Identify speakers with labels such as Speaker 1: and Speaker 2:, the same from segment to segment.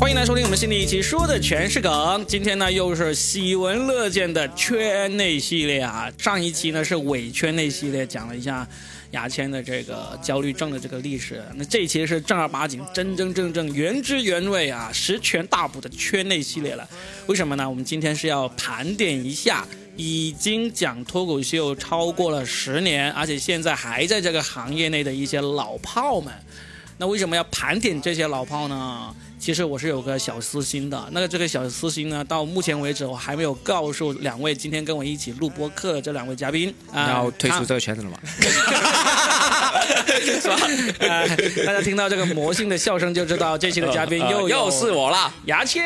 Speaker 1: 欢迎来收听我们新的一期，说的全是梗。今天呢，又是喜闻乐见的圈内系列啊。上一期呢是伪圈内系列，讲了一下牙签的这个焦虑症的这个历史。那这一期是正儿八经、真真正正、原汁原味啊，十全大补的圈内系列了。为什么呢？我们今天是要盘点一下。已经讲脱口秀超过了十年，而且现在还在这个行业内的一些老炮们，那为什么要盘点这些老炮呢？其实我是有个小私心的，那个这个小私心呢，到目前为止我还没有告诉两位今天跟我一起录播客的这两位嘉宾啊，
Speaker 2: 要退出
Speaker 1: 他
Speaker 2: 这个圈子了吗？
Speaker 1: 是吧？ 啊、大家听到这个魔性的笑声就知道这期的嘉宾又有
Speaker 2: 呃又是我啦！
Speaker 1: 牙签，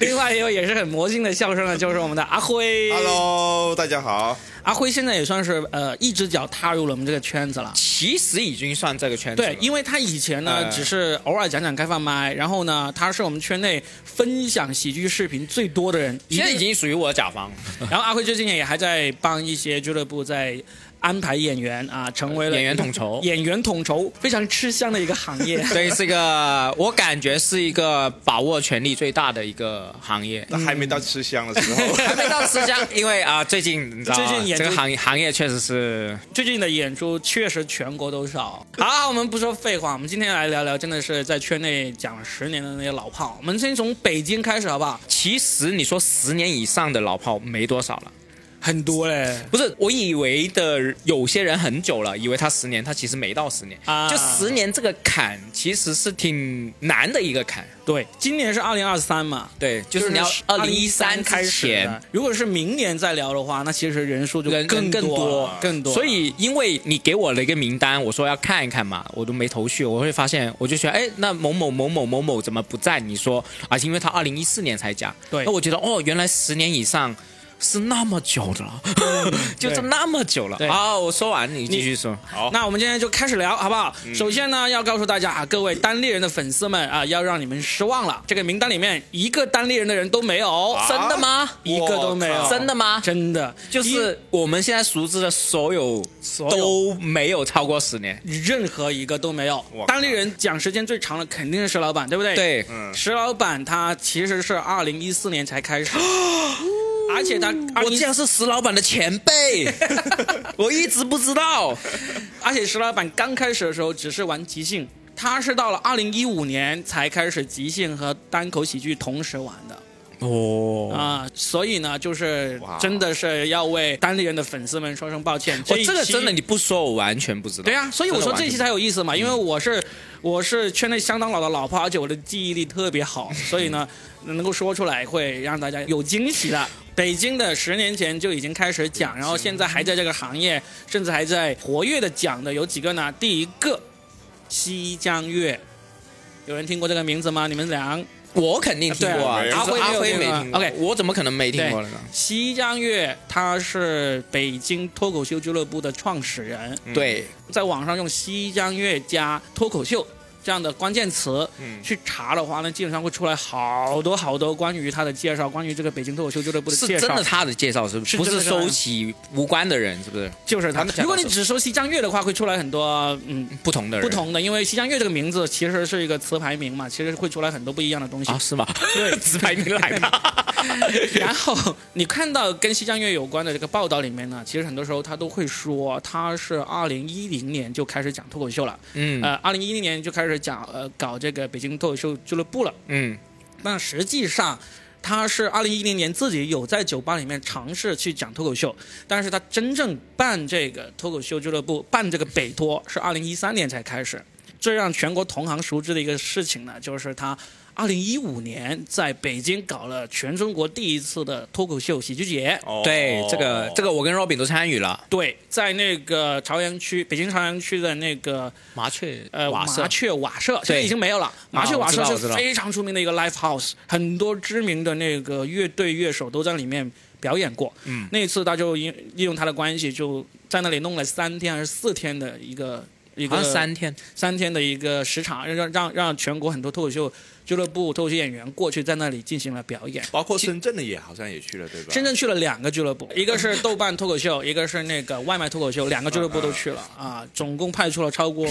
Speaker 1: 另外一位也是很魔性的笑声呢，啊就是我们的阿辉。
Speaker 3: Hello，大家好。
Speaker 2: 嗯
Speaker 1: 阿辉现在也算是呃一只脚踏入了我们这个圈子了。
Speaker 2: 其实已经算这个圈子了
Speaker 1: 对，因为他以前呢，
Speaker 2: 哎
Speaker 1: 只是偶尔讲讲开放麦，然后呢，他是我们圈内分享喜剧视频最多的人。
Speaker 2: 现在已
Speaker 1: 一定，
Speaker 2: 经属于我的甲方，
Speaker 1: 然后阿辉最近也还在帮一些俱乐部在安排演员啊，成为了
Speaker 2: 演员 统筹。。
Speaker 1: 演员统筹非常吃香的一个行业
Speaker 2: 对，是一个我感觉是一个把握权力最大的一个 行业。
Speaker 3: 那还没到吃香的时候，
Speaker 2: 还没到吃香，因为啊，最近你知道
Speaker 1: 最
Speaker 2: 啊，
Speaker 1: 近演
Speaker 2: 这个
Speaker 1: 出
Speaker 2: 行业行业确实是
Speaker 1: 最近的演出确实全国都少。好，我们不说废话，我们今天来聊聊，真的是在圈内讲了十年的那些老炮。我们先从北京开始好不好？
Speaker 2: 其实你说十年以上的老炮没多少了，
Speaker 1: 很多嘞。
Speaker 2: 不是我以为的有些人很久了，以为他十年，他其实没到十年，
Speaker 1: 啊
Speaker 2: 就十年这个坎其实是挺难的一个坎，
Speaker 1: 对，今年是二零二三嘛，
Speaker 2: 对，就是你要二零一三
Speaker 1: 开始
Speaker 2: 前
Speaker 1: 的。如果是明年再聊的话，那其实人数就
Speaker 2: 人
Speaker 1: 更
Speaker 2: 更
Speaker 1: 多
Speaker 2: 多
Speaker 1: 更多了。
Speaker 2: 所以，因为你给我了一个名单，我说要看一看嘛，我都没头绪。我会发现，我就觉得，哎，那某某某某某某怎么不在？你说，而且因为他二零一四年才加，
Speaker 1: 对
Speaker 2: 那我觉得，哦，原来十年以上是那么久的了， 就是
Speaker 1: 对
Speaker 2: 那么久了
Speaker 1: 对。
Speaker 2: 好，我说完，你继续说。好
Speaker 1: 那我们今天就开始聊，好不好？首先呢，要告诉大家啊，各位单立人的粉丝们啊，要让你们失望了，这个名单里面一个单立人的人都没有，
Speaker 3: 啊
Speaker 2: 真的吗？
Speaker 1: 一个都没有，
Speaker 3: 我靠
Speaker 2: 真的吗？
Speaker 1: 真的
Speaker 2: 就是我们现在熟知的所有
Speaker 1: 所有
Speaker 2: 都没有超过十年。
Speaker 1: 一任何一个都没有
Speaker 3: 我。靠
Speaker 1: 单立人讲时间最长的肯定是石老板，对不对？。
Speaker 2: 对，
Speaker 3: 嗯，
Speaker 1: 石老板他其实是二零一四年才开始，而且他
Speaker 2: 哦我
Speaker 1: 2014
Speaker 2: 竟然是石老板的前 辈，我一直不知道。
Speaker 1: 而且石老板刚开始的时候只是玩即兴，他是到了二零一五年才开始即兴和单口喜剧同时玩的
Speaker 2: 哦
Speaker 1: 啊、所以呢，就是
Speaker 3: 哇
Speaker 1: 真的是要为单立人的粉丝们说声抱歉。
Speaker 2: 我
Speaker 1: 一期
Speaker 2: 这个哦真的你不说，我完全不知道。
Speaker 1: 对啊，所以我说这一期才有意思嘛，因为我是我是圈内相当老的老炮，而且我的记忆力特别好，所以呢，能够说出来会让大家有惊喜的。北京的十年前就已经开始讲，然后现在还在这个行业，甚至还在活跃的讲的有几个呢？第一个，西江月。有人听过这个名字吗？你们俩，
Speaker 2: 我肯定听过啊，
Speaker 3: 对
Speaker 2: 就是
Speaker 3: 阿
Speaker 1: 辉
Speaker 2: 阿
Speaker 1: 没
Speaker 2: 辉
Speaker 1: 有
Speaker 2: 没
Speaker 1: 听过
Speaker 2: 听过。
Speaker 1: OK
Speaker 2: 我怎么可能没听过呢？
Speaker 1: 西江月他是北京脱口秀俱乐部的创始人，
Speaker 3: 嗯
Speaker 2: 对，
Speaker 1: 在网上用西江月加脱口秀这样的关键词
Speaker 3: 嗯
Speaker 1: 去查的话呢，基本上会出来好多好多关于他的介绍，关于这个北京脱口秀俱乐部的
Speaker 2: 是
Speaker 1: 嗯介
Speaker 2: 真
Speaker 1: 绍，
Speaker 2: 的他的介绍是不是？
Speaker 1: 是
Speaker 2: 不
Speaker 1: 真的
Speaker 2: 是
Speaker 1: 是他
Speaker 2: 收集无关的人，是不是？
Speaker 1: 就是他
Speaker 2: 他们。讲
Speaker 1: 如果
Speaker 2: 到
Speaker 1: 你只说西江月的话，会出来很多嗯
Speaker 2: 不同的人，
Speaker 1: 不同的，因为西江月这个名字其实是一个词牌名嘛，其实会出来很多不一样的东西
Speaker 2: 啊，。是吗？
Speaker 1: 对
Speaker 2: 直排名来 的。
Speaker 1: 然后你看到跟西江月有关的这个报道里面呢，其实很多时候他都会说他是二零一零年就开始讲脱口秀了，
Speaker 2: 嗯
Speaker 1: 呃，二零一零年就开始讲呃搞这个北京脱口秀俱乐部了。
Speaker 2: 嗯，
Speaker 1: 那实际上。他是二零一零年自己有在酒吧里面尝试去讲脱口秀，但是他真正办这个脱口秀俱乐部，办这个北脱是二零一三年才开始。最让全国同行熟知的一个事情呢，就是他二零一五年在北京搞了全中国第一次的脱口秀喜剧节。
Speaker 3: 哦
Speaker 2: 嗯对，这个这
Speaker 3: 个
Speaker 2: 个我跟 Robin 都参与了。
Speaker 1: 对，在那个朝阳区，北京朝阳区的那个
Speaker 2: 麻雀
Speaker 1: 呃
Speaker 2: 瓦舍
Speaker 1: 麻雀瓦舍，现在
Speaker 2: 对啊
Speaker 1: 已经没有了。麻雀瓦舍
Speaker 2: 我知道
Speaker 1: 是
Speaker 2: 我知道
Speaker 1: 非常出名的一个 live house，很多知名的那个乐队乐手都在里面表演过。
Speaker 2: 嗯，
Speaker 1: 那一次他就因利用他的关系，就在那里弄了三天还是四天的一个一
Speaker 2: 好
Speaker 1: 个
Speaker 2: 像三天，
Speaker 1: 三天的一个时长，让让让全国很多脱口秀俱乐部、脱口秀演员过去在那里进行了表演。
Speaker 3: 包括深圳的也好像也去了，对吧？
Speaker 1: 深圳去了两个俱乐部，一个是豆瓣脱口秀，一个是那个外卖脱口秀，两个俱乐部都
Speaker 2: 啊
Speaker 1: 啊去了啊，总共派出了超过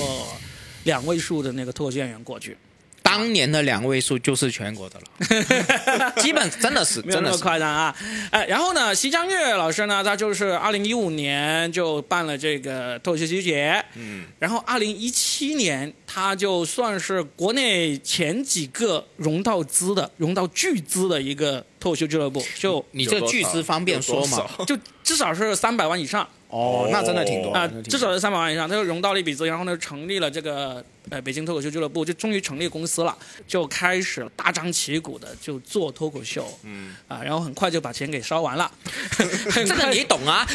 Speaker 1: 两位数的那个脱口秀演员过去。
Speaker 2: 当年的两位数就是全国的了， 基本真的是
Speaker 1: 没有
Speaker 2: 真
Speaker 1: 那
Speaker 2: 的
Speaker 1: 么
Speaker 2: 是。
Speaker 1: 夸张啊。哎，然后呢，西江月老师呢，他就是二零一五年就办了这个脱口秀节，嗯，然后二零一七年他就算是国内前几个融到资的、融到巨资的一个脱口秀俱乐部，就
Speaker 2: 你这个巨资方便说
Speaker 3: 有
Speaker 2: 吗
Speaker 3: 多？少
Speaker 1: 就至少是三百万以上。
Speaker 2: 哦，那真的挺多
Speaker 1: 啊、
Speaker 2: 那挺多
Speaker 1: 至少是三百万以上，他就融到了一笔资，然后呢，成立了这个呃北京脱口秀俱乐部，就终于成立公司了，就开始大张旗鼓的就做脱口秀，嗯啊，然后很快就把钱给烧完 了，很
Speaker 2: 这
Speaker 1: 快
Speaker 2: 个你懂 啊？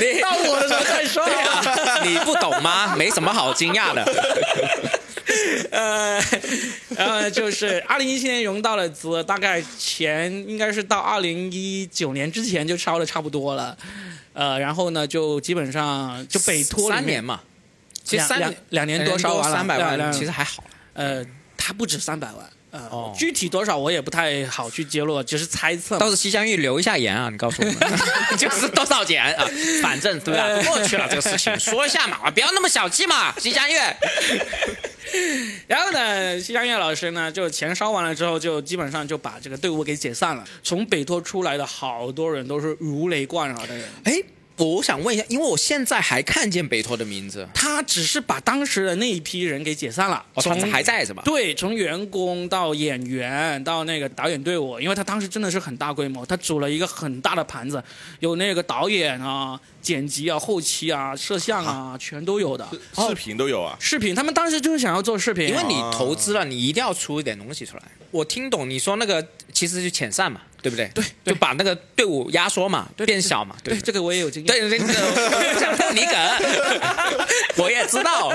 Speaker 2: 你
Speaker 1: 到我的时候再
Speaker 2: 啊
Speaker 1: 说呀。
Speaker 2: 你不懂吗？没什么好惊讶 的。
Speaker 1: 呃，然后呢就是二零一七年融到了资，大概前应该是到二零一九年之前就烧的差不多了，呃，然后呢就基本上就北托里
Speaker 2: 三
Speaker 1: 面
Speaker 2: 年嘛，其实
Speaker 1: 两
Speaker 2: 三
Speaker 1: 两两年多烧完了
Speaker 2: 啊三百
Speaker 1: 对
Speaker 2: 万，
Speaker 1: 两
Speaker 2: 其实还好。
Speaker 1: 呃，它不止三百万，呃，
Speaker 2: 哦
Speaker 1: 具体多少我也不太好去揭露，只是猜测嘛。
Speaker 2: 到时西乡玉留一下言啊，你告诉我 们就是多少钱啊？反正对 吧？过去了这个事情，说一下嘛，不要那么小气嘛，西乡玉。
Speaker 1: 然后呢，西江月老师呢，就钱烧完了之后，就基本上就把这个队伍给解散了。从北托出来的好多人都是如雷贯耳的人，
Speaker 2: 哎，我想问一下，因为我现在还看见北托的名字，
Speaker 1: 他只是把当时的那一批人给解散了，
Speaker 2: 哦，他
Speaker 1: 从
Speaker 2: 还。在是吧？
Speaker 1: 对，从员工到演员到那个导演队伍，因为他当时真的是很大规模，他组了一个很大的盘子，有那个导演啊、剪辑啊、后期啊、摄像啊，全都有的。
Speaker 2: 哦
Speaker 3: 视频都有啊，
Speaker 1: 视频，他们当时就是想要做视频，哦
Speaker 2: 因为你投资了，你一定要出一点东西出来。我听懂你说那个，其实就遣散嘛，对不对？对，就把那个队伍压缩嘛，变小嘛，
Speaker 1: 对
Speaker 2: 对。
Speaker 1: 这个我也有经验。
Speaker 2: 对对对，我不想碰你梗， 我也知道。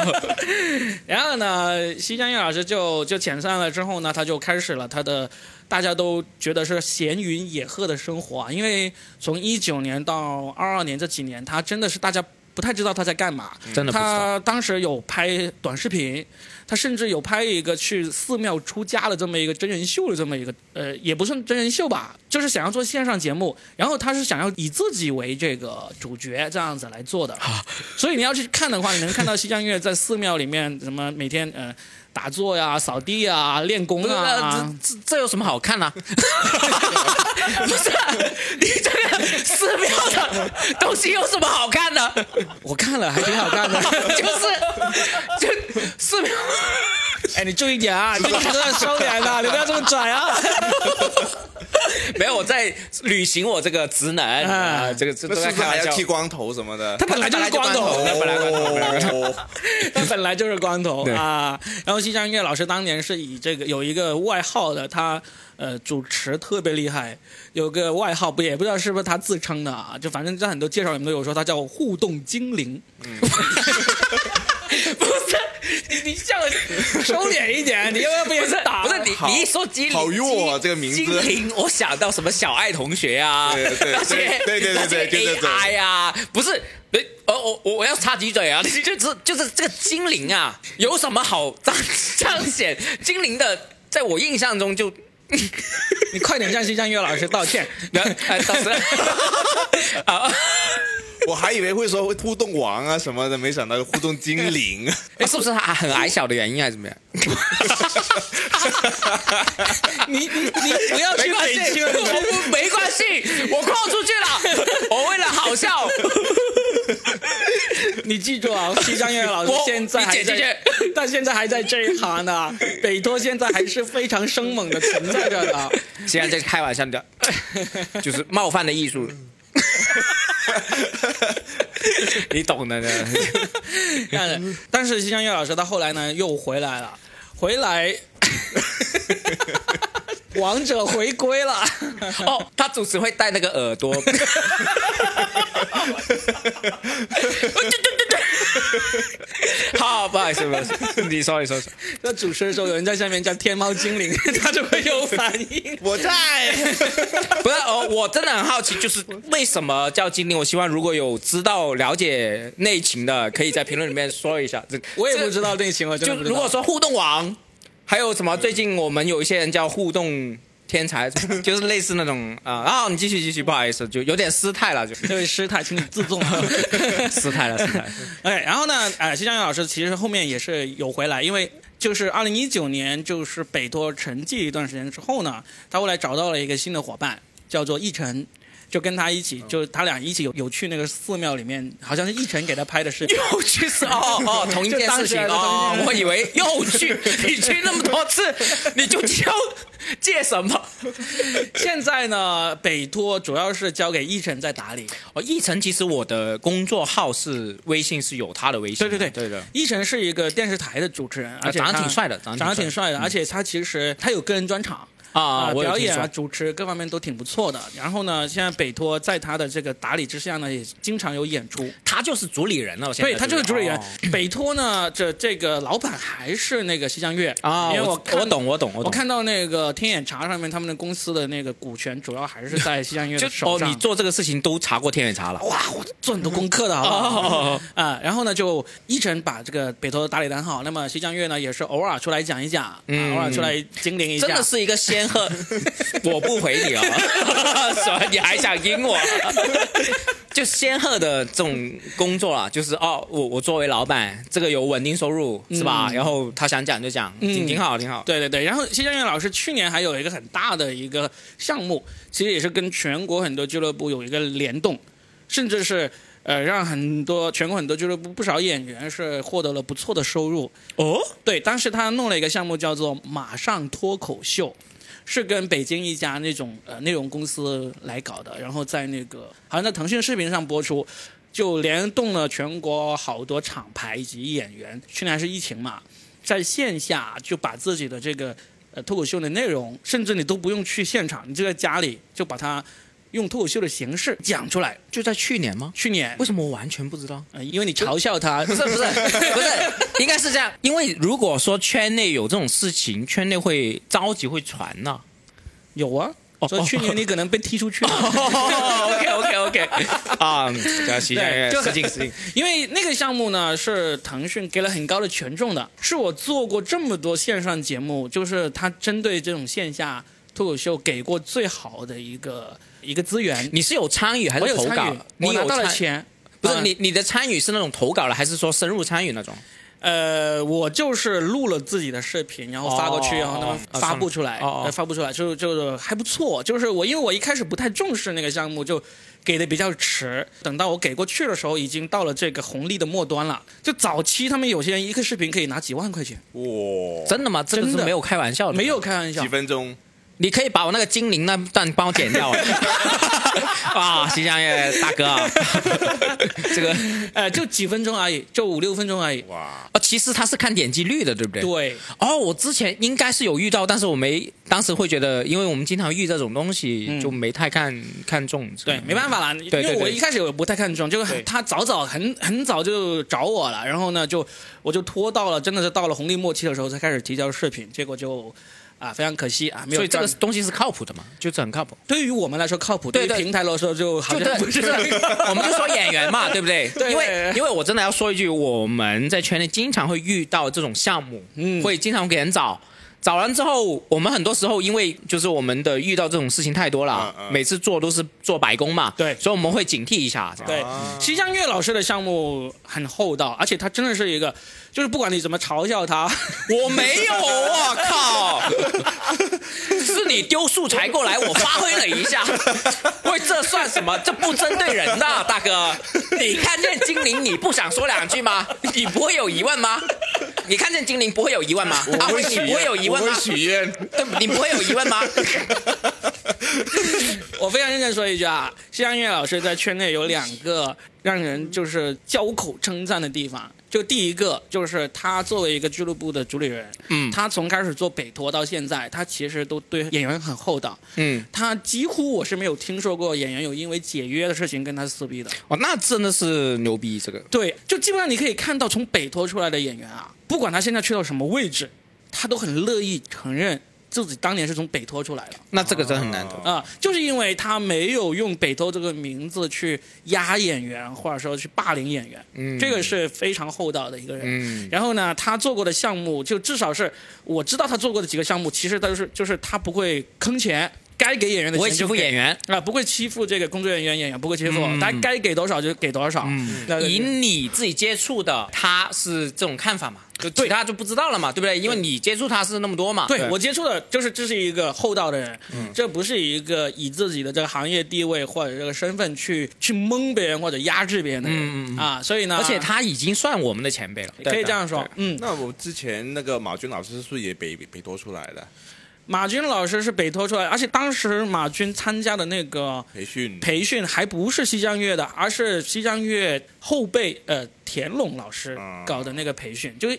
Speaker 1: 然后呢，西江月老师就就遣散了之后呢，他就开始了他的大家都觉得是闲云野鹤的生活啊，因为从一九年到二二年这几年，他真的是大家。不太知道他在干嘛，
Speaker 2: 真的不知道
Speaker 1: 他当时有拍短视频，他甚至有拍一个去寺庙出家的这么一个真人秀的这么一个，呃，也不算真人秀吧，就是想要做线上节目，然后他是想要以自己为这个主角这样子来做的。所以你要去看的话，你能看到西江月在寺庙里面什么每天呃打坐呀、扫地呀、练功
Speaker 2: 不是，
Speaker 1: 啊
Speaker 2: 那。这这这有什么好看 呢、不是，啊你这个寺庙的东西有什么好看的？
Speaker 1: 我看了还挺好 看的。
Speaker 2: 就是，就寺庙。
Speaker 1: 哎，你注意点 啊，你这个要收敛啊，你不要这么拽啊。
Speaker 2: 没有，我在履行我这个职能
Speaker 1: 啊
Speaker 2: 啊，这个这
Speaker 3: 那
Speaker 2: 都
Speaker 3: 是
Speaker 2: 在
Speaker 3: 不是
Speaker 2: 开
Speaker 3: 还
Speaker 2: 玩
Speaker 3: 要
Speaker 2: 笑
Speaker 3: 剃。光头什么的？
Speaker 1: 他本来就是光头，
Speaker 2: 他本来光头他本来
Speaker 3: 哦，
Speaker 1: 他本来就是光头
Speaker 2: 对
Speaker 1: 啊。然后西江月老师当年是以这个有一个外号的，他呃主持特别厉害，有个外号不也不知道是不是他自称的啊，就反正在很多介绍里面都有说他叫互动精灵。不是你，你笑得收敛一点，你要不要被
Speaker 2: 不
Speaker 1: 人
Speaker 2: 是
Speaker 1: 打？
Speaker 2: 不是你
Speaker 3: 好
Speaker 2: 你一说精灵，
Speaker 3: 好弱啊
Speaker 2: 精
Speaker 3: 这个名字
Speaker 2: 精灵，我想到什么小爱同学啊，
Speaker 3: 对对
Speaker 2: 那些
Speaker 3: 对对对对对对对
Speaker 2: 那些
Speaker 3: 对
Speaker 2: AI 啊，不是，呃，我我我要插几嘴啊， 就就是就是这个精灵啊，有什么好 彰彰显精灵的？在我印象中就
Speaker 1: 你快点向西江月老师道歉。
Speaker 2: 然后
Speaker 3: 哎
Speaker 2: 呃，当时 啊，
Speaker 3: 我还以为会说会互动王啊什么的，没想到互动精 灵。啊
Speaker 2: 是不是他很矮小的原因还是怎么样？
Speaker 1: 你你你不要去
Speaker 2: 没关
Speaker 1: 北
Speaker 2: 系，
Speaker 1: 京了，你去
Speaker 2: 我不没关系，我跨出去了，我为了好笑，
Speaker 1: 你记住啊，西江月老师
Speaker 2: 我
Speaker 1: 现在还
Speaker 2: 你
Speaker 1: 在
Speaker 2: 姐，
Speaker 1: 但现在还在这一行呢。北托现在还是非常生猛的存在着 的。
Speaker 2: 现在在开玩笑的， 就是冒犯的艺 术。你懂的呢，
Speaker 1: 但是但是西江月老师他后来呢又回来了，回来，王者回归了。
Speaker 2: 哦，他主持会戴那个耳朵，对对对对， 好，不好意思，不好意思，你说，你说，
Speaker 1: 那主持的时候有人在下面叫天猫精灵，他就会有反 应。
Speaker 3: 我在，
Speaker 2: 不是哦，我真的很好奇，就是为什么叫精灵？我希望如果有知道了解内情的，可以在评论里面说一下。这
Speaker 1: 我也不知
Speaker 2: 道，
Speaker 1: 道内情，我真
Speaker 2: 就
Speaker 1: 的不知道
Speaker 2: 如果说互动王，还有什么？最近我们有一些人叫互动 天才，就是类似那种啊啊，你继续继续，不好意思，就有点失态 了，就
Speaker 1: 这位师太，请你自重 啊。
Speaker 2: 失态了，失 态了。
Speaker 1: 哎，然后呢，哎，谢江云老师其实后面也是有回来，因为就是二零一九年，就是北托沉寂一段时间之后呢，他后来找到了一个新的伙伴，叫做奕晨。就跟他一起，就
Speaker 2: 嗯
Speaker 1: 他俩一起有有去那个寺庙里面，好像是奕晨给他拍的视频。
Speaker 2: 又去是 哦哦，同一件
Speaker 1: 就当
Speaker 2: 事情
Speaker 1: 时的
Speaker 2: 哦
Speaker 1: 同一件事，
Speaker 2: 我以为又去，你去那么多次， 你就交 借什么？
Speaker 1: 现在呢，北托主要是交给奕晨在打理。
Speaker 2: 哦，一晨，其实我的工作号是微信是有他的微信
Speaker 1: 对
Speaker 2: 的，
Speaker 1: 对对
Speaker 2: 对的。
Speaker 1: 奕晨是一个电视台的主持人，而且
Speaker 2: 啊长得
Speaker 1: 他
Speaker 2: 挺帅的长
Speaker 1: 长
Speaker 2: 得挺
Speaker 1: 得
Speaker 2: 帅
Speaker 1: 挺帅的，而且他其实他有个人专场。
Speaker 2: 啊，我有
Speaker 1: 表
Speaker 2: 听
Speaker 1: 演啊、
Speaker 2: 说
Speaker 1: 主持各方面都挺不错的。然后呢，现在北托在他的这个打理之下呢，也经常有演出。
Speaker 2: 他就是主理人了，现在
Speaker 1: 对他就是主理人
Speaker 2: 哦。
Speaker 1: 北托呢，这这个老板还是那个西江月
Speaker 2: 啊，
Speaker 1: 因为
Speaker 2: 我
Speaker 1: 我
Speaker 2: 我懂，我懂，
Speaker 1: 我
Speaker 2: 懂。
Speaker 1: 看到那个天眼查上面他们的公司的那个股权主要还是在西江月
Speaker 2: 就
Speaker 1: 的手
Speaker 2: 哦，
Speaker 1: 上。
Speaker 2: 你做这个事情都查过天眼查了，
Speaker 1: 哇，我做很多功 课的，好不好？
Speaker 2: 哦
Speaker 1: 啊，然后呢，就一晨把这个北托打理得很好。那么西江月呢，也是偶尔出来讲一讲，
Speaker 2: 嗯
Speaker 1: 啊、偶尔出来精灵一下。
Speaker 2: 真的是一个仙鹤， 我不回你啊、 什么？你还想赢我？ 就仙鹤的这种工作啊，就是哦，我我作为老板，这个有稳定收入是吧？
Speaker 1: 嗯
Speaker 2: 然后他想讲就讲，挺挺好，挺好。
Speaker 1: 对对对，然后谢家燕老师去年还有一个很大的一个项目，其实也是跟全国很多俱乐部有一个联动，甚至是呃让很多全国很多俱乐部不少演员是获得了不错的收入。
Speaker 2: 哦，
Speaker 1: 对，当时他弄了一个项目叫做“马上脱口秀”，是跟北京一家那种呃内容公司来搞的，然后在那个好像在腾讯视频上播出，就联动了全国好多厂牌以及演员。去年还是疫情嘛，在线下就把自己的这个呃脱口秀的内容，甚至你都不用去现场，你就在家里就把它用脱口秀的形式讲出来。
Speaker 2: 就在去年吗？
Speaker 1: 去年
Speaker 2: 为，什么我完全不 知道？
Speaker 1: 呃、因为你嘲笑他，
Speaker 2: 不是不是不是，应该是这样，因为如果说圈内有这种事情，圈内会着急会传 呐、
Speaker 1: 有啊。
Speaker 2: 哦
Speaker 1: 所以去年你可能被踢出去了。
Speaker 2: OK OK OK，啊，这形
Speaker 1: 对就很
Speaker 2: 敬失敬。
Speaker 1: 因为那个项目呢是腾讯给了很高的权重的，是我做过这么多线上节目，就是它针对这种线下脱口秀给过最好的一个一个资源。
Speaker 2: 你是有参与还
Speaker 1: 我
Speaker 2: 是
Speaker 1: 有
Speaker 2: 投
Speaker 1: 参
Speaker 2: 稿
Speaker 1: 与？，
Speaker 2: 你
Speaker 1: 我拿
Speaker 2: 有
Speaker 1: 到了
Speaker 2: 参
Speaker 1: 钱。
Speaker 2: 不是
Speaker 1: 嗯
Speaker 2: 你你的参与是那种投稿了，还是说深入参与那种？
Speaker 1: 呃，我就是录了自己的视频，然后发过去，
Speaker 2: 哦
Speaker 1: 然后他们
Speaker 2: 哦
Speaker 1: 发布出来，
Speaker 2: 哦哦
Speaker 1: 呃发布出来就就还不错。就是我因为我一开始不太重视那个项目，就给的比较迟。等到我给过去的时候，已经到了这个红利的末端了。就早期他们有些人一个视频可以拿几万块钱，
Speaker 3: 哇，
Speaker 2: 真的吗？这个
Speaker 1: 真
Speaker 2: 是
Speaker 1: 的
Speaker 2: 没有开玩笑的，
Speaker 1: 没有。开玩笑
Speaker 3: 几。分钟，
Speaker 2: 你可以把我那个精灵那段帮我 剪掉。 啊，新疆也大哥啊， 这个
Speaker 1: 呃，就几分钟而已，就五六分钟而已。
Speaker 3: 哇，
Speaker 2: 哦，其实他是看点击率的，对不对？。
Speaker 1: 对，
Speaker 2: 哦，我之前应该是有遇到，但是我没当时会觉得，因为我们经常遇这种东西，
Speaker 1: 嗯
Speaker 2: 就没太看看重。
Speaker 1: 对，没办法啦，因
Speaker 2: 嗯对对
Speaker 1: 为我
Speaker 2: 对
Speaker 1: 一开始我不太看重，就是
Speaker 2: 对
Speaker 1: 他早早很很早就找我了，然后呢，就我就拖到了，真的是到了红利末期的时候才开始提交视频，结果就啊非常可惜啊，没有。
Speaker 2: 所以这个东西是靠谱的嘛，就是很靠谱。
Speaker 1: 对于我们来说靠谱，对
Speaker 2: 对
Speaker 1: 于
Speaker 2: 对
Speaker 1: 平台来说就好
Speaker 2: 就
Speaker 1: 像
Speaker 2: 对，
Speaker 1: 不
Speaker 2: 就是是我们就说演员 嘛，对不对？
Speaker 1: 对
Speaker 2: 因
Speaker 1: 对
Speaker 2: 为因为我真的要说一句，我们在圈内经常会遇到这种项目，
Speaker 1: 嗯
Speaker 2: 会经常给人找。找完之后，我们很多时候因为就是我们的遇到这种事情太多了，
Speaker 3: 嗯嗯
Speaker 2: 每次做都是做白工嘛，
Speaker 1: 对
Speaker 2: 所以我们会警惕一下。这样
Speaker 1: 对，西江月老师的项目很厚道，而且他真的是一个，就是不管你怎么嘲笑他，
Speaker 2: 我没有，我靠！是你丢素材过来，我发挥了一 下。喂，这算什么？这不针对人的，大哥。你看见精灵，你不想说两句吗？你不会有疑问吗？你看见精灵不会有疑问吗？阿
Speaker 3: 我
Speaker 2: 辉，
Speaker 3: 会
Speaker 2: 你
Speaker 3: 许
Speaker 2: 不会有疑
Speaker 3: 愿，我
Speaker 2: 问
Speaker 3: 会
Speaker 2: 吗？
Speaker 3: 许愿，
Speaker 2: 对，你不会有疑问吗？
Speaker 1: 我非常认真说一句啊，西洋音乐老师在圈内有两个让人就是交口称赞的地方。就第一个，就是他作为一个俱乐部的主理人，
Speaker 2: 嗯
Speaker 1: 他从开始做北托到现在，他其实都对演员很厚道。
Speaker 2: 嗯，
Speaker 1: 他几乎我是没有听说过演员有因为解约的事情跟他撕逼的。
Speaker 2: 哦，那真的是牛逼，这个
Speaker 1: 对，就基本上你可以看到，从北托出来的演员啊，不管他现在去到什么位置，他都很乐意承认自己当年是从北托出来的。
Speaker 2: 那这个真很难懂。
Speaker 1: 啊、就是因为他没有用北投这个名字去压演员，或者说去霸凌演员，嗯，这个是非常厚道的一个人。
Speaker 2: 嗯
Speaker 1: 然后呢，他做过的项目，就至少是我知道他做过的几个项目，其实都是就是他不会坑钱，该给演员的
Speaker 2: 不会
Speaker 1: 钱
Speaker 2: 欺
Speaker 1: 就
Speaker 2: 负
Speaker 1: 给
Speaker 2: 演员，
Speaker 1: 啊、不会欺负这个工作人员、演员，不会欺负，他该给多少就给多少。嗯，
Speaker 2: 以你自己接触的，他是这种看法嘛？就其他就不知道了嘛，对不对？因为你接触他是那么多嘛。
Speaker 1: 啊对我接触的就是这是一个厚道的人，这不是一个以自己的这个行业地位或者这个身份去去蒙别人或者压制别人的人、啊，所以呢，
Speaker 2: 而且他已经算我们的前辈了。
Speaker 1: 可以这样说，嗯，
Speaker 3: 那我之前那个马军老师是不是也北北多出来的
Speaker 1: 马军老师是北托出来，而且当时马军参加的那个
Speaker 3: 培训？
Speaker 1: 培训还不是西江月的，而是西江月后辈呃田龙老师
Speaker 3: 啊
Speaker 1: 搞的那个培训，就是。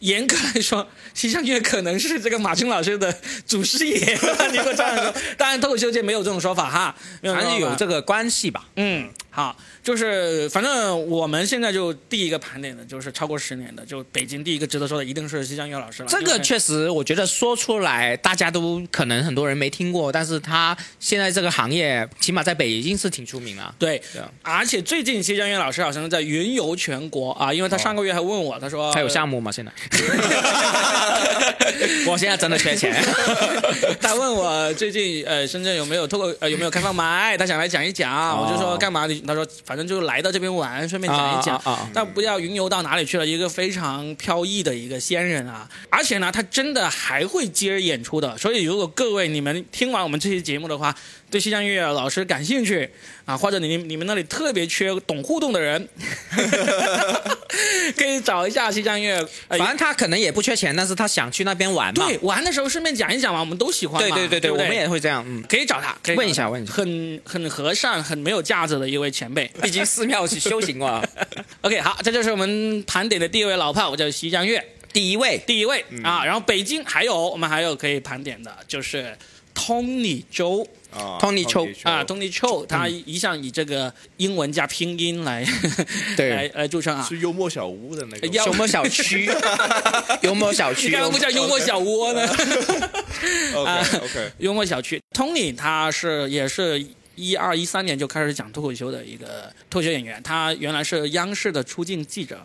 Speaker 1: 严格来说，西江月可能是这个马军老师的祖师爷， 你给我这样说。当然，脱口秀界没有这种说法哈，没有
Speaker 2: 还
Speaker 1: 这种
Speaker 2: 是
Speaker 1: 说法
Speaker 2: 有这个关系吧？
Speaker 1: 嗯，好，就是反正我们现在就第一个盘点的，就是超过十年的，就北京第一个值得说的，一定是西江月老师了。
Speaker 2: 这
Speaker 1: 因
Speaker 2: 个
Speaker 1: 为
Speaker 2: 确实，我觉得说出来大家都可能很多人没听过，但是他现在这个行业，起码在北京是挺出名了。
Speaker 1: 对
Speaker 2: 对啊，
Speaker 1: 而且最近西江月老师好像在云游全国啊，因为他上个月还问我，他说
Speaker 2: 他有项
Speaker 1: 目，
Speaker 2: 目吗？现在？我现在真的缺 钱。
Speaker 1: 他问我最近呃深圳有没有脱口呃有没有开放麦，他想来讲一讲，我就说干嘛？你他说反正就来到这边玩，顺便讲一讲
Speaker 2: 啊啊啊啊，
Speaker 1: 但不要云游到哪里去了，一个非常飘逸的一个仙人啊，而且呢，他真的还会接着演出的，所以如果各位你们听完我们这期节目的话，对西江月老师感兴趣啊，或者你你们那里特别缺懂互动的人， 可以找一下西江月。呃
Speaker 2: 反正他可能也不缺钱，但是他想去那边玩嘛。
Speaker 1: 对，玩的时候顺便讲一讲嘛，我们都喜欢
Speaker 2: 对
Speaker 1: 嘛。
Speaker 2: 对对
Speaker 1: 对
Speaker 2: 对，
Speaker 1: 不
Speaker 2: 我
Speaker 1: 对，
Speaker 2: 们也会这样。嗯，
Speaker 1: 可以找他，可以找他
Speaker 2: 问一下问一下
Speaker 1: 很很和善、很没有架子的一位前辈。
Speaker 2: 毕竟寺庙去修行过了。
Speaker 1: OK，好，这就是我们盘点的第一位老炮，我叫西江月，
Speaker 2: 第一位，
Speaker 1: 第一位、啊。然后北京还有我们还有可以盘点的，就是 Tony 周
Speaker 3: 啊
Speaker 2: Tony Chou
Speaker 1: 啊，Tony Cho，他一向以这个英文加拼音来
Speaker 2: 对
Speaker 1: 来来著称啊。
Speaker 3: 是幽默小屋的那个
Speaker 1: 要
Speaker 2: 幽默小 区， 幽默小区，
Speaker 1: 你干嘛不叫幽默小窝呢？啊
Speaker 3: ，OK OK，
Speaker 1: 幽默小区。Tony 他是也是一二一三年就开始讲脱口秀的一个脱口秀演员，他原来是央视的出镜记者。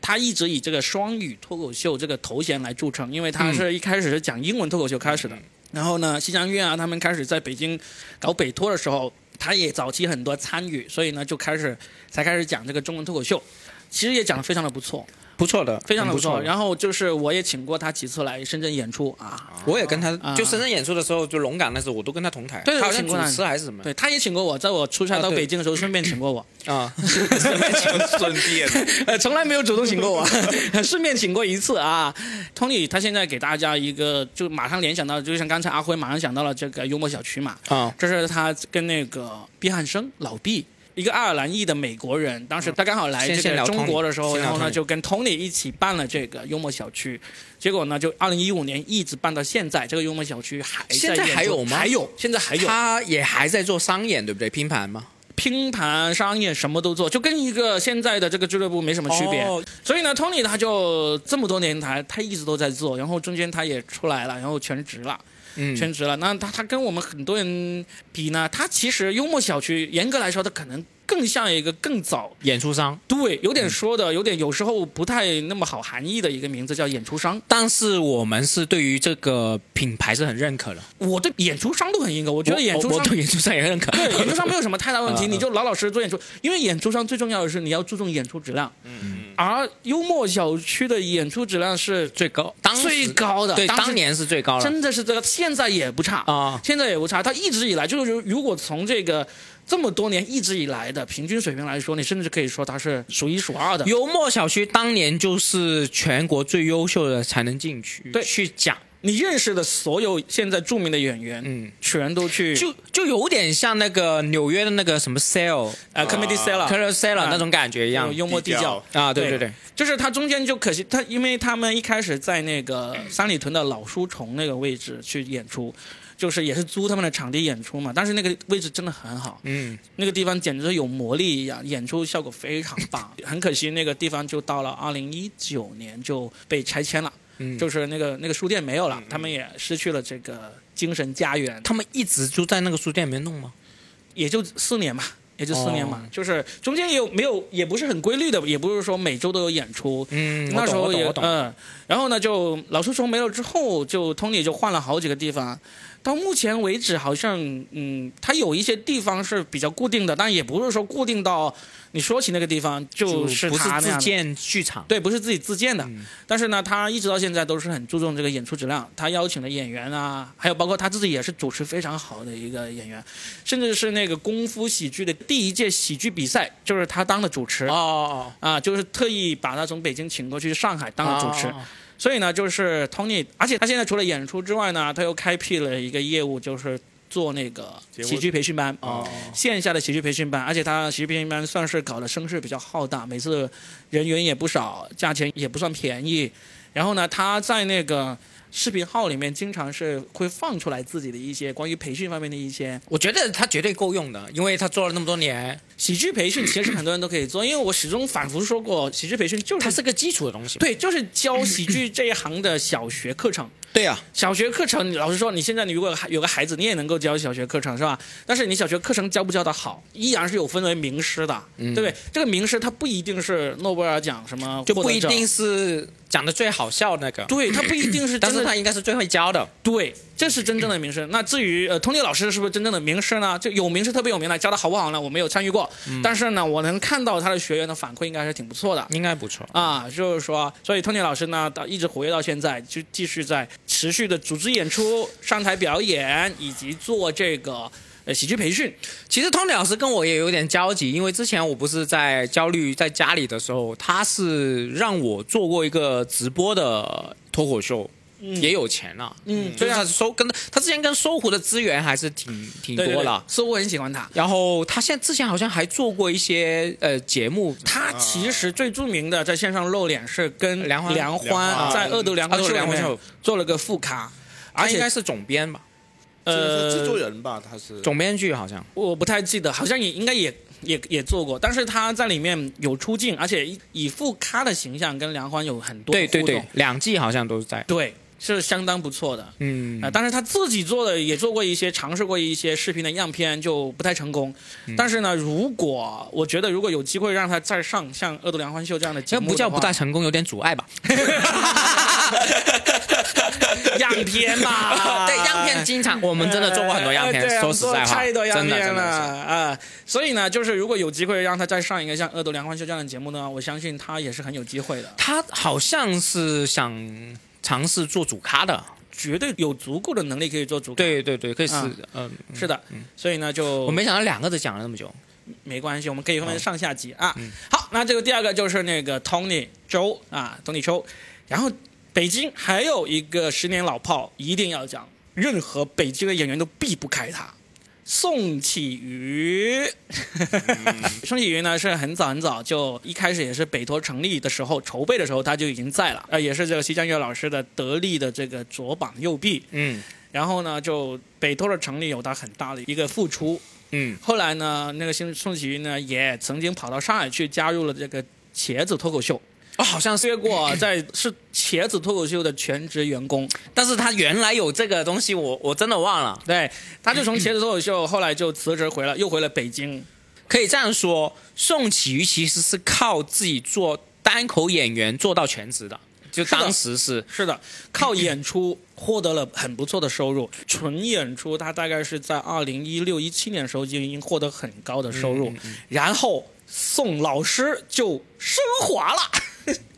Speaker 1: 他一直以这个双语脱口秀这个头衔来著称，因为他
Speaker 2: 嗯
Speaker 1: 是一开始是讲英文脱口秀开始的。然后呢，西江月啊，他们开始在北京搞北托的时候，他也早期很多参与，所以呢就开始才开始讲这个中文脱口秀，其实也讲得非常的不错，
Speaker 2: 不错的，
Speaker 1: 非常的
Speaker 2: 很
Speaker 1: 不
Speaker 2: 不
Speaker 1: 错。
Speaker 2: 的
Speaker 1: 然后就是我也请过他几次来深圳演出啊，
Speaker 2: 我也跟他
Speaker 1: 啊
Speaker 2: 就深圳演出的时候，就龙岗那时候我都跟他同台，
Speaker 1: 对对
Speaker 2: 他好像
Speaker 1: 我
Speaker 2: 主
Speaker 1: 请过他
Speaker 2: 持还是什么
Speaker 1: 对他也请过我，在我出差到
Speaker 2: 啊对
Speaker 1: 北京的时候顺便请过我，
Speaker 2: 啊，
Speaker 3: 顺便
Speaker 1: 呃，从来没有主动请过我， 顺便请过一次啊。Tony 他现在给大家一个，就马上联想到，就像刚才阿辉马上想到了这个幽默小区嘛，
Speaker 2: 啊，
Speaker 1: 这是他跟那个毕汉生老毕。一个爱尔兰裔的美国人，当时他刚好来
Speaker 2: 先
Speaker 1: 这
Speaker 2: 先
Speaker 1: 个
Speaker 2: 聊
Speaker 1: 中
Speaker 2: Tony，
Speaker 1: 国的时候，
Speaker 2: 先聊
Speaker 1: 然后呢
Speaker 2: Tony
Speaker 1: 就跟 Tony 一起办了这个幽默小区，结果呢就二零一五年一直办到现在，这个幽默小区还在
Speaker 2: 现在
Speaker 1: 演
Speaker 2: 还
Speaker 1: 出
Speaker 2: 有吗
Speaker 1: 还有，现在还有。
Speaker 2: 他也还在做商演，对不对？拼盘嘛，
Speaker 1: 拼盘、商业什么都做，就跟一个现在的这个俱乐部没什么区别。
Speaker 2: 哦
Speaker 1: 所以呢，Tony 他就这么多年他他一直都在做，然后中间他也出来了，然后全职了，
Speaker 2: 嗯，
Speaker 1: 全职了。那他他跟我们很多人比呢，他其实幽默小区严格来说，他可能更像一个更早
Speaker 2: 演出商。
Speaker 1: 对有点说的，有点有时候不太那么好含义的一个名字叫演出商。
Speaker 2: 但是我们是对于这个品牌是很认可的，
Speaker 1: 我对演出商都很严格，我觉得演出
Speaker 2: 我我
Speaker 1: 商
Speaker 2: 我对演出商也认 可。
Speaker 1: 对，演出上没有什么太大问题，
Speaker 2: 啊
Speaker 1: 你就老老实实做演出，因为演出上最重要的是你要注重演出质量。嗯，而幽默小区的演出质量是
Speaker 2: 最高，当时
Speaker 1: 最高的，
Speaker 2: 对，
Speaker 1: 当时
Speaker 2: 当年是最高了
Speaker 1: 真的是这个，现在也不差
Speaker 2: 啊
Speaker 1: 现在也不差。它一直以来就是，如果从这个这么多年一直以来的平均水平来说，你甚至可以说它是数一数二的。
Speaker 2: 幽默小区当年就是全国最优秀的才能进去，
Speaker 1: 对
Speaker 2: 去讲，
Speaker 1: 你认识的所有现在著名的演员，嗯，全都去
Speaker 2: 就就有点像那个纽约的那个什么 sale
Speaker 1: 呃 comedy cellar
Speaker 2: c a r u s e l
Speaker 1: 啊
Speaker 2: 那种感觉一样
Speaker 1: 有幽默地窖
Speaker 3: 地
Speaker 2: 啊，对对对，，
Speaker 1: 就是他中间就可惜他，因为他们一开始在那个三里屯的老书虫那个位置去演出，就是也是租他们的场地演出嘛，但是那个位置真的很好，
Speaker 2: 嗯，
Speaker 1: 那个地方简直有魔力一样，演出效 果非常棒。很可惜那个地方就到了二零一九年就被拆迁了。就是那个那个书店没有了，他们也失去了这个精神家园。
Speaker 2: 他们一直就在那个书店里面弄吗？
Speaker 1: 也就四年吧，也就四年嘛，就是中间也有没有也不是很规律的，也不是说每周都有演出。
Speaker 2: 嗯
Speaker 1: 那时候也
Speaker 2: 我懂。
Speaker 1: 嗯，然后呢，就老树虫没了之后，就 Tony 就换了好几个地方。到目前为止，好像嗯，它有一些地方是比较固定的，但也不是说固定到你说起那个地方
Speaker 2: 就
Speaker 1: 就是
Speaker 2: 不是
Speaker 1: 它那
Speaker 2: 自
Speaker 1: 样的。
Speaker 2: 建嗯剧场，
Speaker 1: 对，不是自己自建的，但是呢，他一直到现在都是很注重这个演出质量。他邀请的演员啊，还有包括他自己也是主持非常好的一个演员，甚至是那个功夫喜剧的第一届喜剧比赛，就是他当的主持、
Speaker 2: 哦哦
Speaker 1: 啊，就是特意把他从北京请过去上海
Speaker 2: 哦，
Speaker 1: 当了主持。
Speaker 2: 哦哦哦
Speaker 1: 所以呢，就是 Tony，而且他现在除了演出之外呢，他又开辟了一个业务，就是做那个
Speaker 3: 节目
Speaker 1: 喜剧培训班啊。
Speaker 3: 哦，
Speaker 1: 线下的喜剧培训班，而且他喜剧培训班算是搞的声势比较浩大，每次人员也不少，价钱也不算便宜。然后呢，他在那个视频号里面经常是会放出来自己的一些关于培训方面的一些
Speaker 2: 我觉得他绝对够用的，因为他做了那么多年，
Speaker 1: 喜剧培训，其实很多人都可以做，因为我始终反复说过，喜剧培训就是
Speaker 2: 它是个基础的东西。
Speaker 1: 对，就是教喜剧这一行的小学课程。
Speaker 3: 对呀，
Speaker 1: 小学课程，老实说，你现在你如果有个孩子，你也能够教小学课程是吧？但是你小学课程教不教得好，依然是有分为名师的，对不对？这个名师他不一定是诺贝尔奖什么，
Speaker 2: 嗯就不一定，是讲的最好笑那个，
Speaker 1: 对他不一定是
Speaker 2: 但
Speaker 1: 真
Speaker 2: 是
Speaker 1: 的，
Speaker 2: 他应该是最会教的。
Speaker 1: 对，这是真正的名师。那至于呃，通力老师是不是真正的名师呢？就有名师特别有名的，教的好不好呢？我没有参与过，
Speaker 2: 嗯
Speaker 1: 但是呢，我能看到他的学员的反馈应该是挺不错的。
Speaker 2: 应该不错。
Speaker 1: 啊，就是说，所以 Tony 老师呢，到一直活跃到现在，就继续在持续的组织演出、上台表演，以及做这个呃喜剧培训。
Speaker 2: 其实 Tony 老师跟我也有点交集，因为之前我不是在焦虑在家里的时候，他是让我做过一个直播的脱口秀，也有钱了。
Speaker 1: 嗯
Speaker 2: 所以他搜跟他之前跟搜狐的资源还是挺挺
Speaker 1: 对对
Speaker 2: 多
Speaker 1: 对
Speaker 2: 了，。
Speaker 1: 似乎很喜欢他。
Speaker 2: 然后他现在之前好像还做过一些呃节目，
Speaker 1: 他其实最著名的在线上露脸是跟
Speaker 2: 梁欢
Speaker 1: 梁
Speaker 3: 啊梁
Speaker 1: 欢
Speaker 3: 欢
Speaker 1: 在《恶毒梁欢秀》里
Speaker 2: 啊是梁欢
Speaker 1: 面
Speaker 2: 秀
Speaker 1: 做了个副咖，
Speaker 2: 他
Speaker 1: 而
Speaker 2: 应
Speaker 1: 且
Speaker 2: 该是总编吧，
Speaker 3: 这
Speaker 1: 呃
Speaker 3: 是制作人吧，他是
Speaker 2: 总编剧好像。
Speaker 1: 我不太记得，好像也应该也也也做过，但是他在里面有出镜，而且以以副咖的形象跟梁欢有很多
Speaker 2: 对对
Speaker 1: 互动
Speaker 2: 对，两季好像都是在。
Speaker 1: 对，是相当不错的。
Speaker 2: 嗯
Speaker 1: 啊，当然他自己做的也做过一些尝试过一些视频的样片，就不太成功。
Speaker 2: 嗯
Speaker 1: 但是呢，如果我觉得如果有机会让他再上像《恶毒梁欢秀》这样的节
Speaker 2: 这
Speaker 1: 目，
Speaker 2: 哎不叫不大。成功，有点阻碍吧？
Speaker 1: 样片嘛
Speaker 2: 对，样片经常我们真的做过很多样片
Speaker 1: 呃啊对，啊
Speaker 2: 说实在
Speaker 1: 做
Speaker 2: 话，
Speaker 1: 太多样
Speaker 2: 真的
Speaker 1: 片
Speaker 2: 真
Speaker 1: 了
Speaker 2: 的是。
Speaker 1: 啊、所以呢，就是如果有机会让他再上一个像《恶毒梁欢秀》这样的节目呢，我相信他也是很有机会的，
Speaker 2: 他好像是想尝试做主咖的，
Speaker 1: 绝对有足够的能力可以做主咖。
Speaker 2: 对对对，可以是
Speaker 1: 啊
Speaker 2: 嗯，
Speaker 1: 是的，所以呢，就
Speaker 2: 我没想到两个字讲了那么久，
Speaker 1: 没关系，我们可以分为上下集啊。好，那这个第二个就是那个 Tony 周啊，Tony 周，然后北京还有一个十年老炮，一定要讲，任何北京的演员都避不开他。宋启瑜， 宋启瑜呢是很早很早就一开始也是北托成立的时候筹备的时候他就已经在了，呃，也是这个西江月老师的得力的这个左膀右臂。
Speaker 2: 嗯
Speaker 1: 然后呢，就北托的成立有他很大的一个付出，
Speaker 2: 嗯，
Speaker 1: 后来呢，那个宋宋启瑜呢，也曾经跑到上海去，加入了这个茄子脱口秀，
Speaker 2: 哦，好像是，
Speaker 1: 结果在是茄子脱口秀的全职员工。
Speaker 2: 但是他原来有这个东西，我我真的忘了。
Speaker 1: 对，他就从茄子脱口秀，后来就辞职回了，又回了北京。
Speaker 2: 可以这样说，宋启瑜其实是靠自己做单口演员做到全职的，就是
Speaker 1: 的
Speaker 2: 当时是
Speaker 1: 是的，靠演出获得了很不错的收入。纯演出，他大概是在二零一六一七年的时候就已经获得很高的收
Speaker 2: 嗯
Speaker 1: 入，然后宋老师就升华了。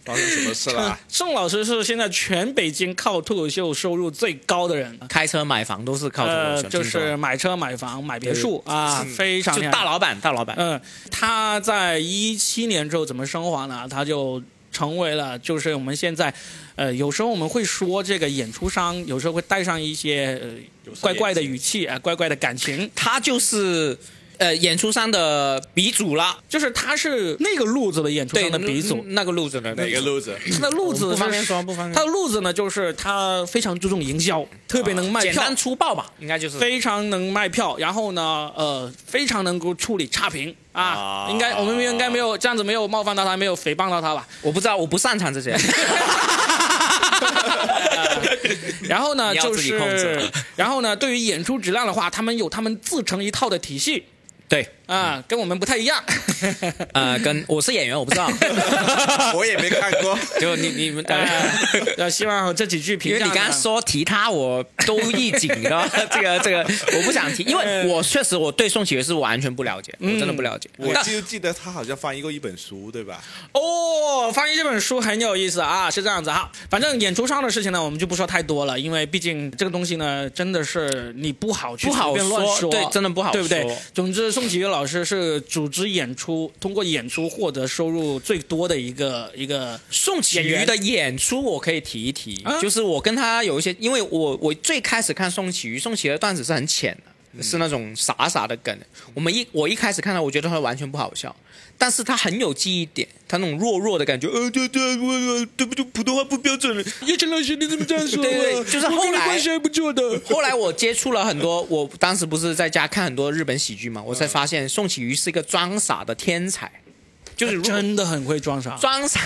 Speaker 3: 发生什么事
Speaker 2: 啊
Speaker 3: 了？
Speaker 1: 宋老师是现在全北京靠脱口秀收入最高的人。
Speaker 2: 开车买房都是靠脱口
Speaker 1: 呃，
Speaker 2: 秀，
Speaker 1: 就
Speaker 2: 听说
Speaker 1: 是买车、买房、买别墅啊，非常
Speaker 2: 就
Speaker 1: 厉害
Speaker 2: 大。老板，大老板，
Speaker 1: 嗯，他在一七年之后怎么升华呢？他就成为了，就是我们现在，呃，有时候我们会说这个演出商，有时候会带上一些呃
Speaker 3: 有色
Speaker 1: 怪怪的
Speaker 3: 眼镜
Speaker 1: 语气啊、怪怪的感情，
Speaker 2: 他就是呃演出商的鼻祖了，
Speaker 1: 就是他是那个路子的演出
Speaker 2: 对，
Speaker 1: 商的鼻祖。
Speaker 2: 那个路子的
Speaker 3: 哪个 路子？
Speaker 1: 那路子
Speaker 2: 不方便
Speaker 1: 是
Speaker 2: 说不方便
Speaker 1: 他的路子呢，就是他非常注重营销，特
Speaker 3: 啊
Speaker 1: 别能卖
Speaker 2: 简
Speaker 1: 票。
Speaker 2: 单粗暴吧，应该就是
Speaker 1: 非常能卖票，然后呢，呃，非常能够处理差评啊，
Speaker 3: 啊
Speaker 1: 应该我们应该没有这样子，没有冒犯到他，没有诽谤到他吧？
Speaker 2: 我不知道，我不擅长这些。
Speaker 1: 然后呢，
Speaker 2: 你要
Speaker 1: 就
Speaker 2: 自己控
Speaker 1: 是
Speaker 2: 制，
Speaker 1: 然后呢，对于演出质量的话，他们有他们自成一套的体系
Speaker 2: 对，
Speaker 1: 啊、跟我们不太一 样。
Speaker 2: 呃，跟我是演员，我不知 道，
Speaker 3: 我也没看 过。
Speaker 2: 就你你们。
Speaker 1: 呃， 呃希望这几句评
Speaker 2: 啊因
Speaker 1: 价
Speaker 2: 为
Speaker 1: 呢，
Speaker 2: 你刚刚说提他，我都一紧 的。这个这个，我不想提，因为我确实我对宋启源是完全不了解，我真的不了解。
Speaker 3: 我
Speaker 2: 但
Speaker 3: 就记得他好像翻译过一本书，对吧？
Speaker 1: 哦，翻译这本书很有意思啊，是这样子哈。反正演出上的事情呢，我们就不说太多了，因为毕竟这个东西呢，真的是你不好去
Speaker 2: 不
Speaker 1: 随
Speaker 2: 好
Speaker 1: 便乱
Speaker 2: 说对真的不好
Speaker 1: 对不对
Speaker 2: 说？
Speaker 1: 总之，宋启岳老师是组织演出，通过演出获得收入最多的一个一 个
Speaker 2: 宋启
Speaker 1: 演
Speaker 2: 瑜
Speaker 1: 员
Speaker 2: 的演出我可以提一提，
Speaker 1: 啊
Speaker 2: 就是我跟他有一些，因为我我最开始看宋启瑜，宋启瑜的段子是很浅的。是那种傻傻的梗，我们一我一开始看到，我觉得他完全不好笑，但是他很有记忆点，他那种弱弱的感觉，呃，对对，我我对不对，普通话不标准了，
Speaker 1: 叶晨老师，你怎么这样说
Speaker 2: 我对对就是后来我跟你关系
Speaker 1: 还不错的。
Speaker 2: 后来我接触了很多，我当时不是在家看很多日本喜剧嘛，我才发现宋启瑜是一个装傻的天才，就是如果
Speaker 1: 真的很会装傻。
Speaker 2: 装傻，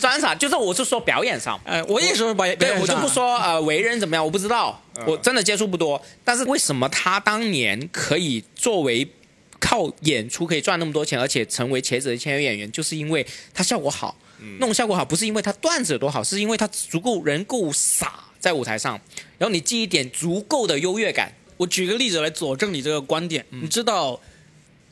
Speaker 2: 装傻，就是我是说表演上，
Speaker 1: 哎，我也说表演，
Speaker 2: 对我就不说呃为人怎么样，我不知道，我真的接触不多。但是为什么他当年可以作为靠演出可以赚那么多钱，而且成为茄子的签约演员，就是因为他效果好。那种效果好，不是因为他段子有多好，是因为他足够人够傻在舞台上，然后你记一点足够的优越感。
Speaker 1: 我举个例子来佐证你这个观点。
Speaker 2: 嗯
Speaker 1: 你知道，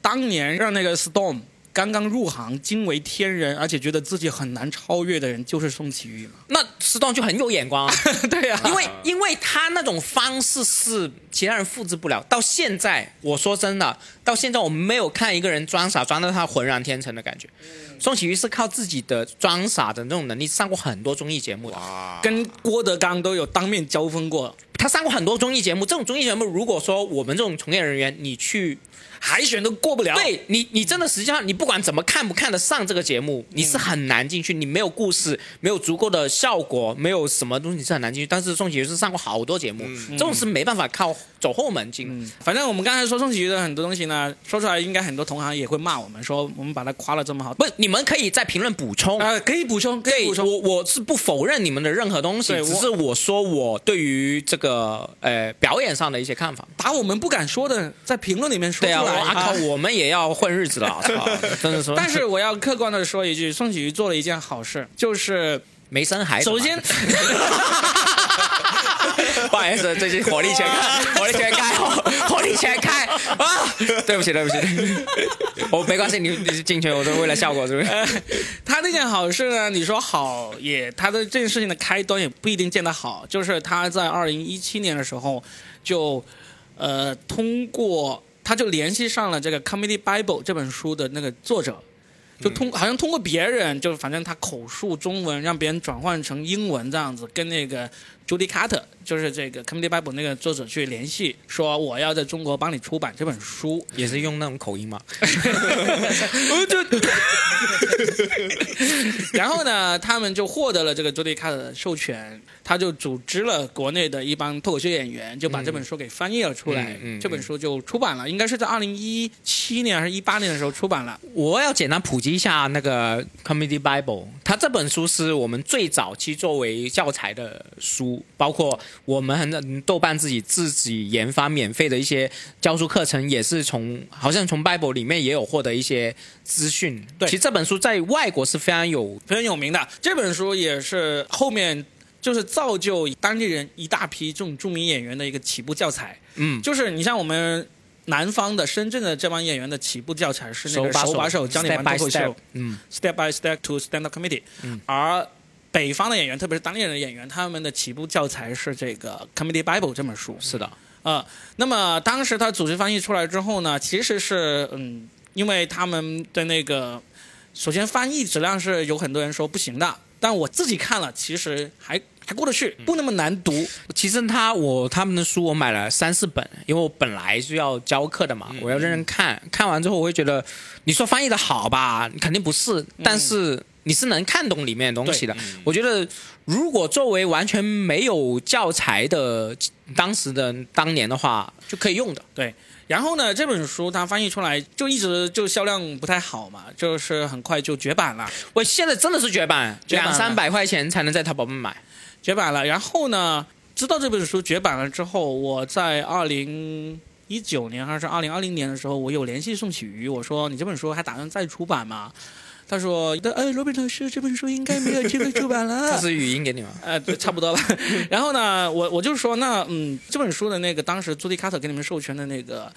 Speaker 1: 当年让那个 Storm 刚刚入行惊为天人，而且觉得自己很难超越的人就是宋启 宇吗？
Speaker 2: 那石栋就很有眼光啊，
Speaker 1: 对呀、
Speaker 2: 因为因为他那种方式是其他人复制不了。到现在，我说真的，到现在我没有看一个人装傻装到他浑然天成的感觉。宋启瑜是靠自己的装傻的那种能力上过很多综艺节目的，
Speaker 3: 啊，
Speaker 1: 跟郭德纲都有当面交锋过，
Speaker 2: 他上过很多综艺节目。这种综艺节目，如果说我们这种从业人员，你去
Speaker 1: 海哎选都过不了。
Speaker 2: 对你，你真的实际上你不管怎么看不看得上这个节目，你是很难进去，你没有故事，没有足够的效果，没有什么东西你是很难进去。但是宋启瑜是上过好多节目，这种是没办法靠走后门进。
Speaker 1: 反正我们刚才说宋启宇的很多东西呢，说出来应该很多同行也会骂我们，说我们把他夸了这么好。
Speaker 2: 不，你们可以在评论补充。
Speaker 1: 呃，可以补充，可以
Speaker 2: 对，
Speaker 1: 补充。
Speaker 2: 我我是不否认你们的任何东西
Speaker 1: 对，我
Speaker 2: 只是我说我对于这个呃表演上的一些看法。
Speaker 1: 打我们不敢说的，在评论里面说
Speaker 2: 对
Speaker 1: 出
Speaker 2: 啊，我
Speaker 1: 来。
Speaker 2: 啊靠，我们也要混日子了， 我操，真的说，
Speaker 1: 但是我要客观的说一句，宋启宇做了一件好事，就是
Speaker 2: 没生孩子嘛。
Speaker 1: 首先
Speaker 2: 不好意思，最近火力全 开，火力全开，火力全开啊！对不起， 对不起，我没关系，你你进去，我都为了效果，是不是？
Speaker 1: 他那件好事呢，你说好也，他的这件事情的开端也不一定见得好，就是他在二零一七年的时候就呃通过他就联系上了这个《Comedy Bible》这本书的那个作者。就通好像通过别人，就反正他口述中文，让别人转换成英文这样子，跟那个 Judy Carter，就是这个《Comedy Bible》那个作者去联系，说我要在中国帮你出版这本书。
Speaker 2: 也是用那种口音嘛？
Speaker 1: 然后呢，他们就获得了这个朱迪卡的授权，他就组织了国内的一帮脱口秀演员，就把这本书给翻译了出来。
Speaker 2: 嗯嗯嗯
Speaker 1: 这本书就出版了，应该是在二零一七年还是一八年的时候出版了。
Speaker 2: 我要简单普及一下那个《Comedy Bible》，它这本书是我们最早期作为教材的书，包括我们很豆瓣自己自己研发免费的一些教书课程，也是从好像从 Bible 里面也有获得一些资讯。
Speaker 1: 对
Speaker 2: 其实这本书在外国是非常有
Speaker 1: 非常有名的这本书也是后面就是造就当地人一大批这种著名演员的一个起步教材。
Speaker 2: 嗯
Speaker 1: 就是你像我们。南方的深圳的这帮演员的起步教材是那个
Speaker 2: 把
Speaker 1: 手把手教你玩
Speaker 2: step
Speaker 1: 脱
Speaker 2: by
Speaker 1: 口秀
Speaker 2: step，嗯，
Speaker 1: step by step to stand up comedy、而北方的演员，特别是当地人的演员，他们的起步教材是这个《Comedy Bible》这本书。
Speaker 2: 是的，
Speaker 1: 呃，那么当时他组织翻译出来之后呢，其实是嗯，因为他们的那个，首先翻译质量是有很多人说不行的，但我自己看了，其实还还过得去，不那么难读。
Speaker 2: 其实他我他们的书我买了三四本，因为我本来是要教课的嘛，
Speaker 1: 嗯
Speaker 2: 我要认真看。看完之后我会觉得，你说翻译的好吧，肯定不是，但是你是能看懂里面的东西的。
Speaker 1: 嗯
Speaker 2: 我觉得，如果作为完全没有教材的当时的当年的话，就可以用的。
Speaker 1: 对，然后呢，这本书它翻译出来就一直就销量不太好嘛，就是很快就绝版了。
Speaker 2: 我现在真的是绝版，
Speaker 1: 绝版
Speaker 2: 两
Speaker 1: 了
Speaker 2: 三百块钱才能在淘宝上买。
Speaker 1: 绝版了。然后呢，知道这本书绝版了之后，我在二零一九年还是二零二零年的时候，我有联系宋启瑜，我说你这本书还打算再出版吗？他说：“呃，罗宾老师，这本书应该没有机会出版了。”
Speaker 2: 这是语音给你吗？
Speaker 1: 呃，对差不多吧。 然后呢，我我就说，那嗯，这本书的那个当时朱迪卡特给你们授权的那个。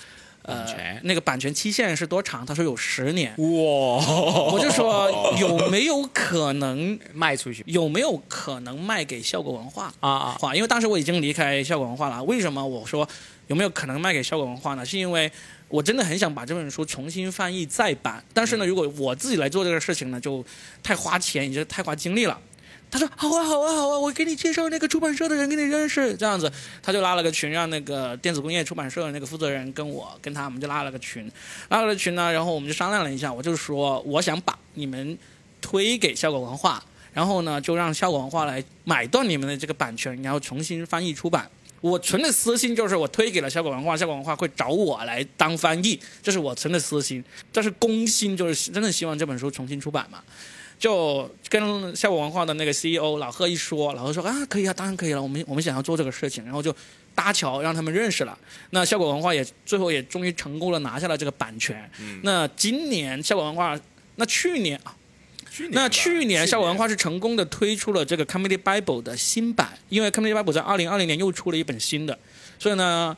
Speaker 1: 呃
Speaker 2: 版权，
Speaker 1: 那个版权期限是多长？他说有十年，
Speaker 2: 哇，
Speaker 1: 我就说有没有可能，
Speaker 2: 卖 出去
Speaker 1: 有没有可能卖给效果文化？
Speaker 2: 啊啊！
Speaker 1: 化，因为当时我已经离开效果文化了。为什么我说有没有可能卖给效果文化呢？是因为我真的很想把这本书重新翻译再版，但是呢，如果我自己来做这个事情呢，就太花钱，也就太花精力了。他说好啊好啊好啊，我给你介绍那个出版社的人给你认识，这样子，他就拉了个群，让那个电子工业出版社的那个负责人跟我跟他，我们就拉了个群，拉了个群呢，然后我们就商量了一下，我就说我想把你们推给效果文化，然后呢，就让效果文化来买断你们的这个版权，然后重新翻译出版。我存的私心就是我推给了效果文化，效果文化会找我来当翻译，这是我存的私心。但是公心就是真的希望这本书重新出版嘛。就跟效果文化的那个 CEO 老贺一说，老贺说啊，可以啊，当然可以了，我们我们想要做这个事情，然后就搭桥让他们认识了。那效果文化也最后也终于成功的拿下了这个版权。
Speaker 3: 嗯
Speaker 1: 那今年效果文化，那去年啊，
Speaker 3: 去
Speaker 1: 那去年校文化是成功的推出了这个 Comedy Bible 的新版，因为 Comedy Bible 在二零二零年又出了一本新的，所以呢，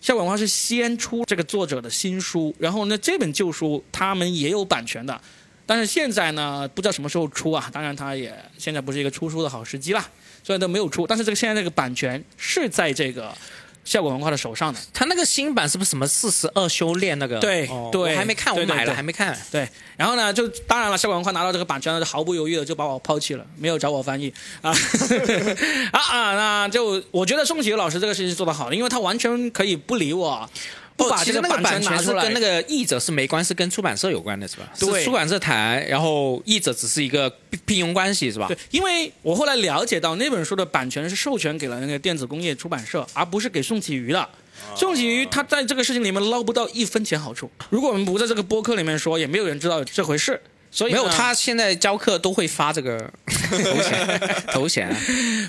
Speaker 1: 校文化是先出这个作者的新书，然后呢这本旧书他们也有版权的，但是现在呢不知道什么时候出啊，当然它也现在不是一个出书的好时机啦，所以都没有出，但是这个现在这个版权是在这个。效果文化的手上的，
Speaker 2: 他那个新版是不是什么四十二修炼那个？
Speaker 1: 对
Speaker 2: 哦
Speaker 1: 对
Speaker 2: 我还没看，我
Speaker 1: 对对
Speaker 2: 买了
Speaker 1: 对
Speaker 2: 还没看。
Speaker 1: 对，然后呢，就当然了，效果文化拿到这个版权了，就毫不犹豫的就把我抛弃了，没有找我翻译啊 啊啊！那就我觉得宋启瑜老师这个事情做得好的，因为他完全可以不理我，不把
Speaker 2: 哦
Speaker 1: 这
Speaker 2: 其实那个
Speaker 1: 版
Speaker 2: 版
Speaker 1: 权拿
Speaker 2: 权
Speaker 1: 出
Speaker 2: 是
Speaker 1: 来。
Speaker 2: 跟那个译者是没关系，是跟出版社有关的是吧？
Speaker 1: 对
Speaker 2: 是出版社谈，然后译者只是一个聘聘用关系是吧？
Speaker 1: 对，因为我后来了解到那本书的版权是授权给了那个电子工业出版社，而不是给宋启瑜
Speaker 2: 哦
Speaker 1: 的。宋启瑜他在这个事情里面捞不到一分钱好处。如果我们不在这个播客里面说，也没有人知道这回事。所以
Speaker 2: 没有，
Speaker 1: 呢
Speaker 2: 他现在教课都会发这个 头衔，头衔啊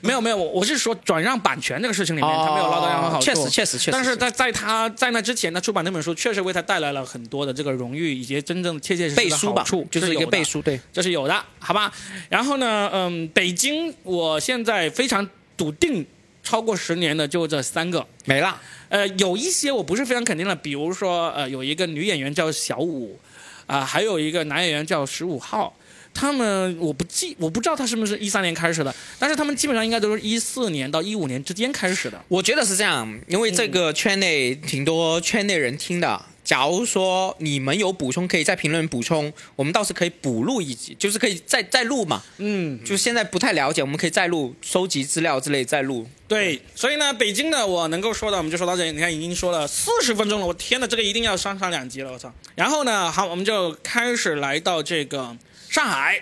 Speaker 1: 没有没有，我我是说转让版权这个事情里面，他没有捞到任何好处。
Speaker 2: 哦确实确实确实。
Speaker 1: 但是在在他在那之前，他出版那本书确实为他带来了很多的这个荣誉以及真正切切实实
Speaker 2: 背
Speaker 1: 的
Speaker 2: 书
Speaker 1: 好
Speaker 2: 吧
Speaker 1: 处，，
Speaker 2: 就是一
Speaker 1: 有
Speaker 2: 个
Speaker 1: 的
Speaker 2: 背，书，对。
Speaker 1: 这是有的，好吧？然后呢，嗯，北京我现在非常笃定，超过十年的就这三个。
Speaker 2: 没了，
Speaker 1: 呃，有一些我不是非常肯定了，比如说呃，有一个女演员叫小五，啊、还有一个男演员叫十五号。他们我不记，我不知道他是不是一三年开始的，但是他们基本上应该都是一四年到一五年之间开始的。
Speaker 2: 我觉得是这样，因为这个圈内挺多圈内人听的。假如说你们有补充，可以在评论补充，我们倒是可以补录一集，就是可以再再录嘛。
Speaker 1: 嗯，
Speaker 2: 就现在不太了解，我们可以再录，收集资料之类再录。
Speaker 1: 对，所以呢，北京的我能够说的，我们就说到这里。你看，已经说了四十分钟了，我天呐，这个一定要上上两集了，我操！然后呢，好，我们就开始来到这个上海。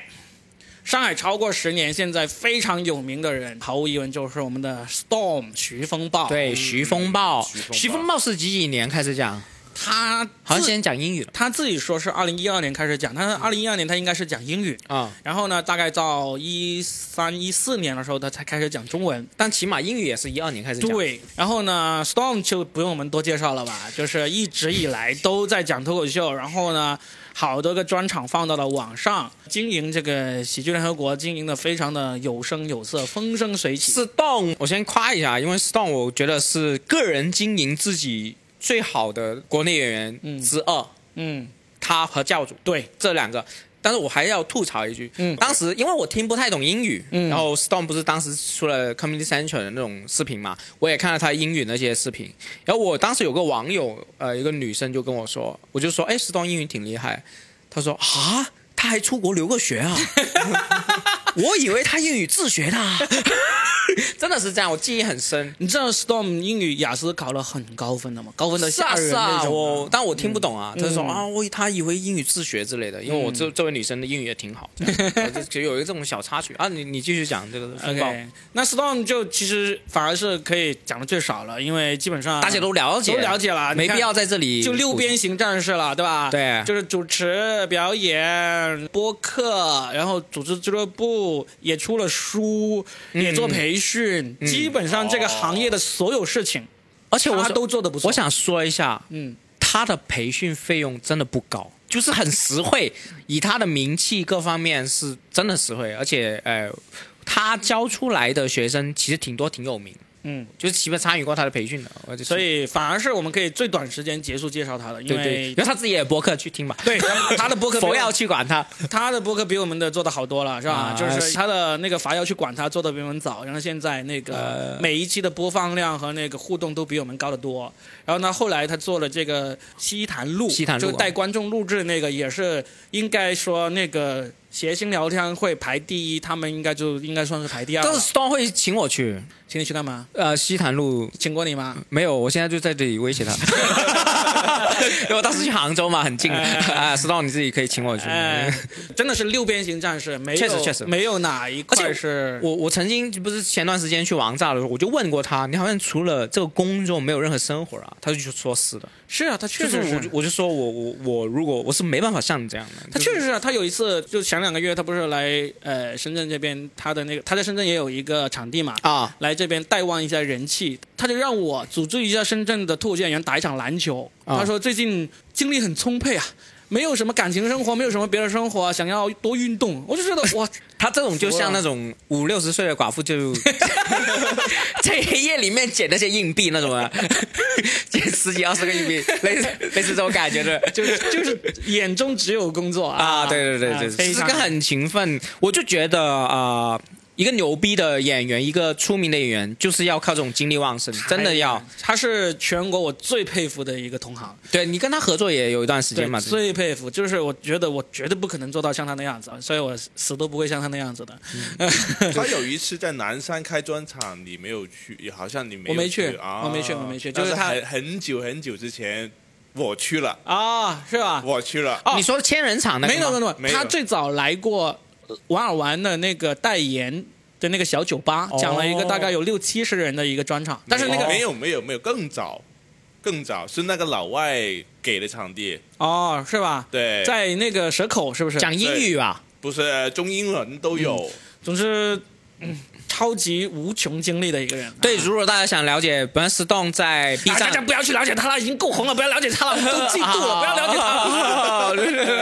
Speaker 1: 上海超过十年，现在非常有名的人，毫无疑问就是我们的 Storm 徐风暴。，
Speaker 2: 对，徐风暴，
Speaker 3: 徐风暴
Speaker 2: 徐风暴是几几年开始讲？
Speaker 1: 他
Speaker 2: 好像
Speaker 1: 自
Speaker 2: 先讲英语了
Speaker 1: 他自己说是二零一二年开始讲，他二零一二年他应该是讲英语，
Speaker 2: 啊、
Speaker 1: 然后呢，大概到一三一四年的时候，他才开始讲中文。
Speaker 2: 但起码英语也是一二年开始讲。
Speaker 1: 对，然后呢，Storm 就不用我们多介绍了吧，就是一直以来都在讲脱口秀，然后呢，好多个专场放到了网上，经营这个喜剧联合国，经营的非常的有声有色，风生水起。
Speaker 2: Stone，我先夸一下，因为 Stone 我觉得是个人经营自己最好的国内演员之二，
Speaker 1: 嗯，
Speaker 2: 他和教主
Speaker 1: 对，
Speaker 2: 这两个。但是我还要吐槽一句，
Speaker 1: 嗯
Speaker 2: 当时因为我听不太懂英语，
Speaker 1: 嗯
Speaker 2: 然后 Stone 不是当时出了 Comedy Central 的那种视频嘛，我也看了他英语那些视频，然后我当时有个网友，呃，一个女生就跟我说，我就说，哎，Stone 英语挺厉害，她说啊， 他还出国留过学啊，我以为他英语自学的啊， 真的是这样，我记忆很深。
Speaker 1: 你知道 Storm 英语雅思考了很高分的吗？高分的
Speaker 2: 是
Speaker 1: 吓
Speaker 2: 啊
Speaker 1: 人
Speaker 2: 是
Speaker 1: 那
Speaker 2: 啊，
Speaker 1: 种
Speaker 2: 我
Speaker 1: 啊。
Speaker 2: 但我听不懂啊。他就说
Speaker 1: 嗯
Speaker 2: 啊，我以他以为英语自学之类的，因为我这这位女生的英语也 挺好，这样我就就有一个这种小插曲啊。你你继续讲这个风暴，
Speaker 1: OK，那 Storm 就其实反而是可以讲的最少了，因为基本上
Speaker 2: 大家都了解
Speaker 1: 都了解了，
Speaker 2: 没
Speaker 1: 你看
Speaker 2: 必要在这里
Speaker 1: 就六边形战士了，对吧？
Speaker 2: 对
Speaker 1: 就是主持、表演、播客，然后组织俱乐部，也出了书，也
Speaker 2: 嗯
Speaker 1: 做培训，基本上这个行业的所有事情，
Speaker 2: 而且我
Speaker 1: 他
Speaker 2: 想
Speaker 1: 都做得不错。
Speaker 2: 我，想说一下，
Speaker 1: 嗯，
Speaker 2: 他的培训费用真的不高，就是很实惠，以他的名气各方面是真的实惠，而且呃，他教出来的学生其实挺多，挺有名，
Speaker 1: 嗯，
Speaker 2: 就是基本参与过他的培训的，我就
Speaker 1: 所以反而是我们可以最短时间结束介绍他了，因
Speaker 2: 对对，
Speaker 1: 为
Speaker 2: 然后他自己也有播客去听吧，
Speaker 1: 对 他的播客比我
Speaker 2: 佛要去管他，
Speaker 1: 他的播客比我们的做的好多了，是吧？
Speaker 2: 啊
Speaker 1: 就是
Speaker 2: 是
Speaker 1: 他的那个罚要去管他做的比我们早，然后现在那
Speaker 2: 呃
Speaker 1: 个每一期的播放量和那个互动都比我们高得多。然后呢，后来他做了这个西谈录，
Speaker 2: 西谈录
Speaker 1: 就
Speaker 2: 啊
Speaker 1: 带观众录制那个，也是应该说那个谐星聊天会排第一，他们应该就应该算是排第二
Speaker 2: 但
Speaker 1: 了
Speaker 2: 是。Stone 会请我去，
Speaker 1: 请你去干嘛？
Speaker 2: 呃，西坛路
Speaker 1: 请过你吗？
Speaker 2: 没有，我现在就在这里威胁 他，因为我当时去杭州嘛，很近啊，Stone 你自己可以请我去。
Speaker 1: 哎，真的是六边形战士，没有
Speaker 2: 确实确实
Speaker 1: 没有哪一块
Speaker 2: 而且
Speaker 1: 是
Speaker 2: 我我曾经不是前段时间去王炸的时候，我就问过他，你好像除了这个工作没有任何生活啊？他就说是的，
Speaker 1: 是啊，他确
Speaker 2: 就是
Speaker 1: 实
Speaker 2: 我就我就说我我我如果我是没办法像你这样的，
Speaker 1: 他
Speaker 2: 就是
Speaker 1: 确实是啊，他有一次就前两个月，他不是来呃深圳这边，他的那个他在深圳也有一个场地嘛，
Speaker 2: 啊，
Speaker 1: 来这边带旺一下人气，他就让我组织一下深圳的脱口秀演员打一场篮球。
Speaker 2: 啊
Speaker 1: 他说最近精力很充沛啊，没有什么感情生活，没有什么别的生活啊，想要多运动。我就觉得哇，
Speaker 2: 他这种就像那种五六十岁的寡 妇就在黑夜里面捡那些硬币那种啊， 捡十几二十个硬币，类似类似这种感觉的。
Speaker 1: 就是就是眼中只有工作啊！
Speaker 2: 啊，对对
Speaker 1: 啊
Speaker 2: 对对，
Speaker 1: 非
Speaker 2: 是
Speaker 1: 常
Speaker 2: 个很勤奋。我就觉得啊、呃一个牛逼的演员，一个出名的演员，就是要靠这种精力旺盛，真的要。
Speaker 1: 他是全国我最佩服的一个同行。
Speaker 2: 对你跟他合作也有一段时间嘛，
Speaker 1: 对最佩服就是我觉得我绝对不可能做到像他那样子，所以我死都不会像他那样子的。
Speaker 2: 嗯
Speaker 3: 他有一次在南山开专场，你没有去，好像你没
Speaker 1: 我
Speaker 3: 有
Speaker 1: 没去
Speaker 3: 去啊，
Speaker 1: 我没去我没去
Speaker 3: 但
Speaker 1: 就是他
Speaker 3: 很很久很久之前，我去了，
Speaker 1: 啊，是吧？
Speaker 3: 我去了，
Speaker 1: 哦
Speaker 2: 你说千人场那个
Speaker 1: 没
Speaker 2: 吗
Speaker 1: 有没有没
Speaker 3: 没
Speaker 1: 有，
Speaker 3: 有
Speaker 1: 他最早来过呃玩尔玩的那个代言的那个小酒吧，
Speaker 2: 哦
Speaker 1: 讲了一个大概有六七十人的一个专场，但是那个
Speaker 3: 没有没有没有更早，更早是那个老外给的场地，
Speaker 1: 哦是吧？
Speaker 3: 对，
Speaker 1: 在那个蛇口是不是？
Speaker 2: 讲英语
Speaker 1: 啊
Speaker 2: 吧，
Speaker 3: 不是中英文都有，
Speaker 1: 总之，嗯，超级无穷精力的一个人。
Speaker 2: 对，
Speaker 1: 啊
Speaker 2: 如果大家想了解 Burn Stone 在 B
Speaker 1: 大
Speaker 2: 站
Speaker 1: 家不要去了解他了，已经够红了，不要了解他了，我们都嫉妒了，不要了解他了。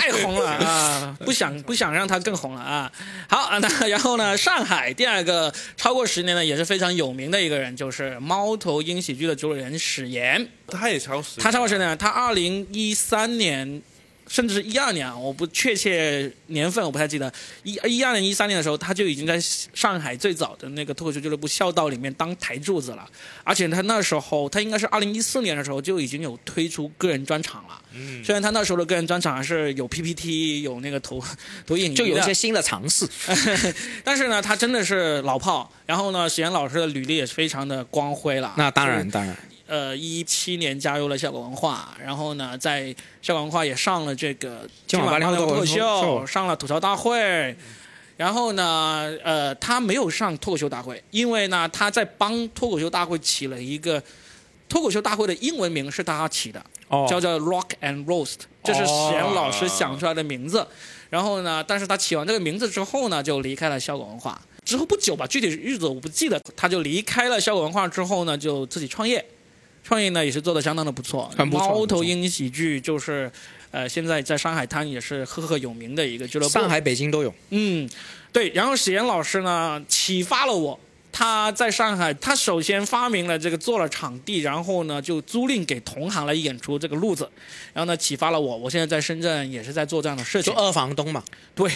Speaker 1: 太红了啊！不想不想让他更红了啊！好啊，那然后呢？上海第二个超过十年呢，也是非常有名的一个人，就是猫头鹰喜剧的主理人史岩。
Speaker 3: 他也超时，
Speaker 1: 他超过十年呢，他二零一三年。甚至是一二年，啊，我不确切年份，我不太记得。一一二年、一三年的时候，他就已经在上海最早的那个脱口秀俱乐部校道里面当台柱子了。而且他那时候，他应该是二零一四年的时候就已经有推出个人专场了。
Speaker 3: 嗯
Speaker 1: 虽然他那时候的个人专场还是有 PPT 有那个投 投影仪的
Speaker 2: 就有一些，新的尝试。
Speaker 1: 但是呢，他真的是老炮。然后呢，史岩老师的履历也是非常的光辉了。
Speaker 2: 那当
Speaker 1: 就
Speaker 2: 然
Speaker 1: 是，
Speaker 2: 当然，
Speaker 1: 呃，一七年加入了效果文化，然后呢，在效果文化也上了这个
Speaker 2: 今晚
Speaker 1: 晚
Speaker 2: 八零
Speaker 1: 脱
Speaker 2: 后
Speaker 1: 口
Speaker 2: 脱口
Speaker 1: 秀，
Speaker 2: 秀
Speaker 1: 上了吐槽大会。然后呢，呃，他没有上脱口秀大会，因为呢，他在帮脱口秀大会起了一个脱口秀大会的英文名是他起的，
Speaker 2: 哦
Speaker 1: 叫做 Rock and Roast，这是
Speaker 2: 哦
Speaker 1: 贤老师想出来的名字。然后呢，但是他起完这个名字之后呢，就离开了效果文化。之后不久吧，具体日子我不记得，他就离开了效果文化之后呢，就自己创业。创业呢也是做的相当的不错，
Speaker 2: 很不错
Speaker 1: 猫头鹰喜剧就是，呃，现在在上海滩也是赫赫有名的一个俱乐部。
Speaker 2: 上海、北京都有。
Speaker 1: 嗯，对。然后史岩老师呢，启发了我。他在上海，他首先发明了这个做了场地，然后呢就租赁给同行来演出这个路子，然后呢启发了我。我现在在深圳也是在做这样的事
Speaker 2: 就
Speaker 1: 情。
Speaker 2: 二房东 嘛，
Speaker 1: 对，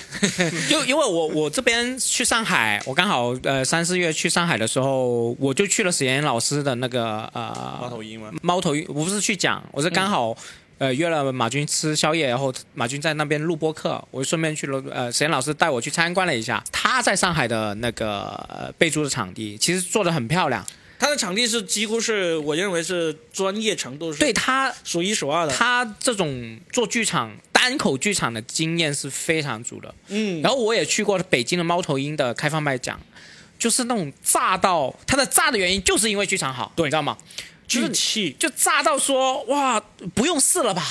Speaker 2: 因为因为我我这边去上海，我刚好呃三四月去上海的时候，我就去了史岩老师的那个呃
Speaker 3: 猫头鹰吗？
Speaker 2: 猫头鹰，我不是去讲，我是刚好呃约了马军吃宵夜，然后马军在那边录播课，我顺便去了呃沈岩老师带我去参观了一下他在上海的那个呃备注的场地，其实做的很漂亮，
Speaker 1: 它的场地是几乎是我认为是专业程度是
Speaker 2: 对他
Speaker 1: 数一数二的。
Speaker 2: 他这种做剧场单口剧场的经验是非常足的。
Speaker 1: 嗯，
Speaker 2: 然后我也去过北京的猫头鹰的开放麦讲，就是那种炸到它的炸的原因，就是因为剧场好，
Speaker 1: 对
Speaker 2: 你知道吗？就是
Speaker 1: 聚气，
Speaker 2: 就炸到说哇，不用试了吧，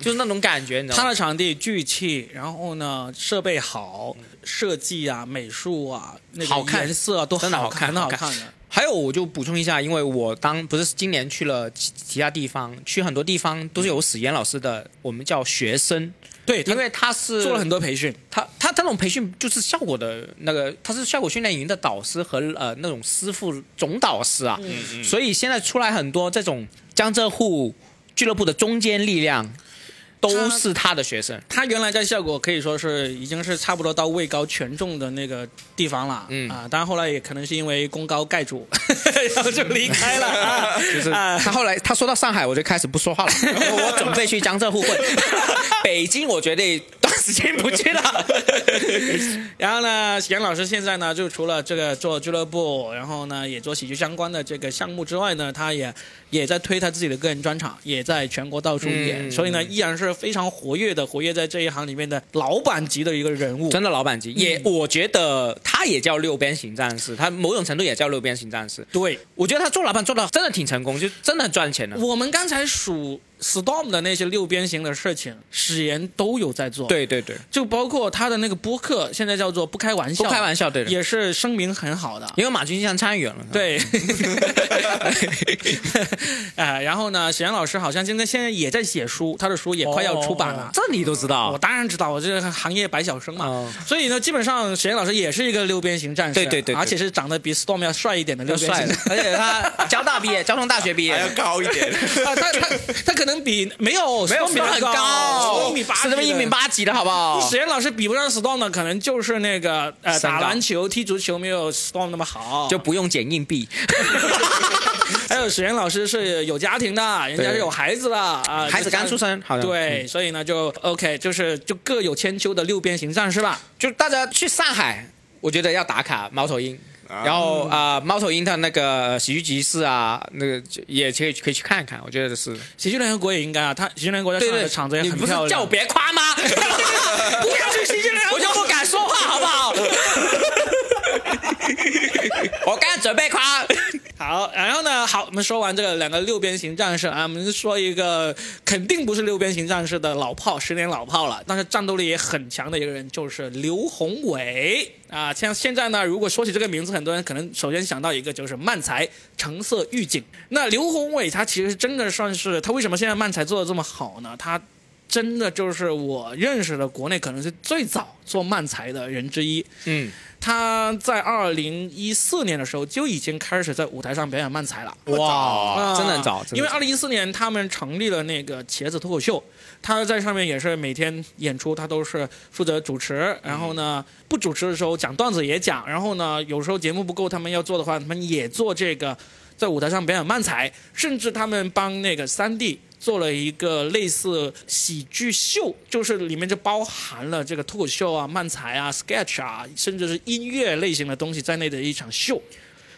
Speaker 2: 就是那种感觉，你知道
Speaker 1: 它
Speaker 2: 吗？
Speaker 1: 的场地聚气，然后呢设备好，设计啊、美术啊、那
Speaker 2: 好
Speaker 1: 个
Speaker 2: 看
Speaker 1: 颜色啊都
Speaker 2: 真的
Speaker 1: 好
Speaker 2: 看，
Speaker 1: 很好
Speaker 2: 看
Speaker 1: 看的。。
Speaker 2: 还有我就补充一下，因为我当不是今年去了其其他地方，去很多地方都是有史岩老师的，我们叫学生，
Speaker 1: 对，
Speaker 2: 因
Speaker 1: 他
Speaker 2: 为他是
Speaker 1: 做了很多培训，
Speaker 2: 他他他那种培训就是效果的那个，他是效果训练营的导师和呃那种师傅总导师
Speaker 1: 嗯
Speaker 2: 啊，
Speaker 3: 嗯
Speaker 2: 所以现在出来很多这种江浙沪俱乐部的中坚力量，都是他的学生。
Speaker 1: 他原来在效果可以说是已经是差不多到位高权重的那个地方了，
Speaker 2: 嗯
Speaker 1: 啊，当然后来也可能是因为功高盖主， 然后就离开了，啊、
Speaker 2: 就是
Speaker 1: 啊
Speaker 2: 他后来他说到上海，我就开始不说 话了。我准备去江浙沪混， 北京我决定段时间不 去了。
Speaker 1: 然后呢，杨老师现在呢，就除了这个做俱乐部，然后呢也做喜剧相关的这个项目之外呢，他也也在推他自己的个人专场，也在全国到处演，
Speaker 2: 嗯
Speaker 1: 所以呢，依然是非常活跃的，活跃在这一行里面的老板级的一个人物。
Speaker 2: 真的老板级，也、
Speaker 1: 嗯
Speaker 2: 我觉得他也叫六边形战士，他某种程度也叫六边形战士。
Speaker 1: 对，
Speaker 2: 我觉得他做老板做的真的挺成功，就真的很赚钱的。
Speaker 1: 我们刚才数 Storm 的那些六边形的事情，史岩都有在做。。
Speaker 2: 对对对，
Speaker 1: 就包括他的那个播客，现在叫做不开玩笑，
Speaker 2: 不开玩笑，对的，
Speaker 1: 也是声名很好的。
Speaker 2: 因为马军经常参与了。，
Speaker 1: 对， 啊、然后呢，沈阳老师好像现在现在也在写书，他的书也快要出版了。
Speaker 2: 这你都知道
Speaker 1: 我。当然知道，我这个行业百晓生嘛，
Speaker 2: 哦
Speaker 1: 所以呢，基本上沈阳老师也是一个六边形战士，啊
Speaker 2: 对对对对
Speaker 1: 而且是长得比 Storm 要帅一点的六
Speaker 2: 又
Speaker 1: 边
Speaker 2: 帅
Speaker 1: 形
Speaker 2: 了
Speaker 1: 战
Speaker 2: 哎
Speaker 1: 士。，
Speaker 2: 而且他交大毕业，交通大学毕业
Speaker 3: 还，要高一 点。
Speaker 1: 啊，他他他可能比没有
Speaker 2: 没有
Speaker 1: Storm
Speaker 2: 他很
Speaker 1: 高，
Speaker 2: 高，
Speaker 1: 一米八，
Speaker 2: 是他妈一米。八几的好不好
Speaker 1: 史？岩老师比不上 Storm 的，可能就是那个呃，
Speaker 2: 身
Speaker 1: 打
Speaker 2: 高
Speaker 1: 篮球、踢足球没有 Storm 那么好，
Speaker 2: 就 不用捡硬币，
Speaker 1: 还有史岩老师是有家庭的，人家是有孩子的啊，
Speaker 2: 嗯孩子刚出生，嗯好像。
Speaker 1: 对，所以呢就 OK，就是就各有千秋的六边形战士吧。
Speaker 2: 就大家去上海，我觉得要打卡猫头鹰。
Speaker 3: 啊
Speaker 2: 然后啊、呃猫头鹰的那个喜剧集市啊，那个就也可以可以去看看，我觉得是。
Speaker 1: 喜剧联合国也应该啊，他喜剧联合国在上海的场子也
Speaker 2: 你
Speaker 1: 很
Speaker 2: 不是
Speaker 1: 漂
Speaker 2: 叫我
Speaker 1: 亮。
Speaker 2: 别夸 吗？不要去新西兰，我就不敢说话，好不好？ 我刚准备夸，
Speaker 1: 好，然后呢，好，我们说完这个两个六边形战士啊，我们说一个肯定不是六边形战士的老炮，十年老炮了，但是战斗力也很强的一个人，就是刘宏伟啊。像现在呢，如果说起这个名字，很多人可能首先想到一个就是漫才、橙色预警。那刘宏伟他其实真的算是他为什么现在漫才做的这么好呢？他真的就是我认识的国内可能是最早做漫才的人之一。
Speaker 2: 嗯，
Speaker 1: 他在二零一四年的时候就已经开始在舞台上表演漫才了。
Speaker 2: 哇，
Speaker 1: 啊
Speaker 2: 真的很早，真的很早
Speaker 1: 因为二零一四年他们成立了那个茄子脱口秀，他在上面也是每天演出，他都是负责主持，然后呢
Speaker 2: 嗯
Speaker 1: 不主持的时候讲段子也讲，然后呢有时候节目不够他们要做的话，他们也做这个在舞台上表演漫才，甚至他们帮那个三 D。做了一个类似喜剧秀，就是里面就包含了这个脱口秀啊、漫才啊、sketch 啊，甚至是音乐类型的东西在内的一场秀，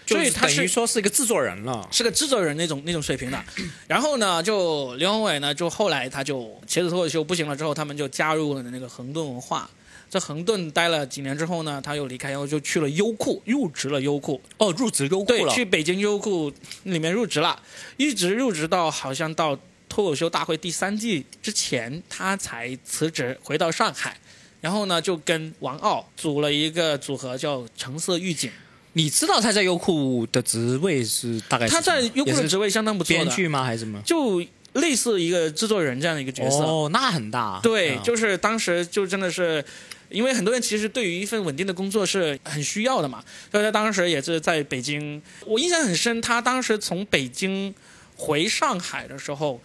Speaker 2: 就
Speaker 1: 所以他
Speaker 2: 等于
Speaker 1: 是
Speaker 2: 说是一个制作人了。
Speaker 1: 是个制作人那种那种水平 的。然后呢，就刘宏伟呢，就后来他就茄子脱口秀不行了之后，他们就加入了那个横顿文化。在横顿待了几年之后呢，他又离开，然后就去了优酷，入职了优酷，
Speaker 2: 哦，入职优酷
Speaker 1: 对，去北京优酷里面入职了，一直入职到好像到脱口秀大会第三季之前，他才辞职回到上海。然后呢，就跟王傲组了一个组合，叫橙色预警。
Speaker 2: 你知道他在优酷的职位是大概是
Speaker 1: 他在
Speaker 2: 什么
Speaker 1: 优酷
Speaker 2: 哎也
Speaker 1: 的
Speaker 2: 是
Speaker 1: 职位相当不错的，
Speaker 2: 编剧吗？还是什么？
Speaker 1: 就类似一个制作人这样的一个角色。
Speaker 2: 哦，那很大。
Speaker 1: 对，
Speaker 2: 嗯
Speaker 1: 就是当时就真的是。因为很多人其实对于一份稳定的工作是很需要的嘛，所以他当时也是在北京，我印象很深，他当时从北京回上海的时候，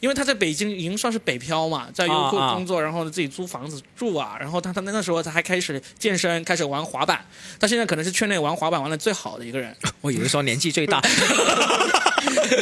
Speaker 1: 因为他在北京已经算是北漂嘛，在优酷
Speaker 2: 啊啊
Speaker 1: 工作，然后呢自己租房子住啊，然后他他那时候他还开始健身，开始玩滑板，他现在可能是圈内玩滑板玩的最好的一个人，
Speaker 2: 我以为说年纪最 大，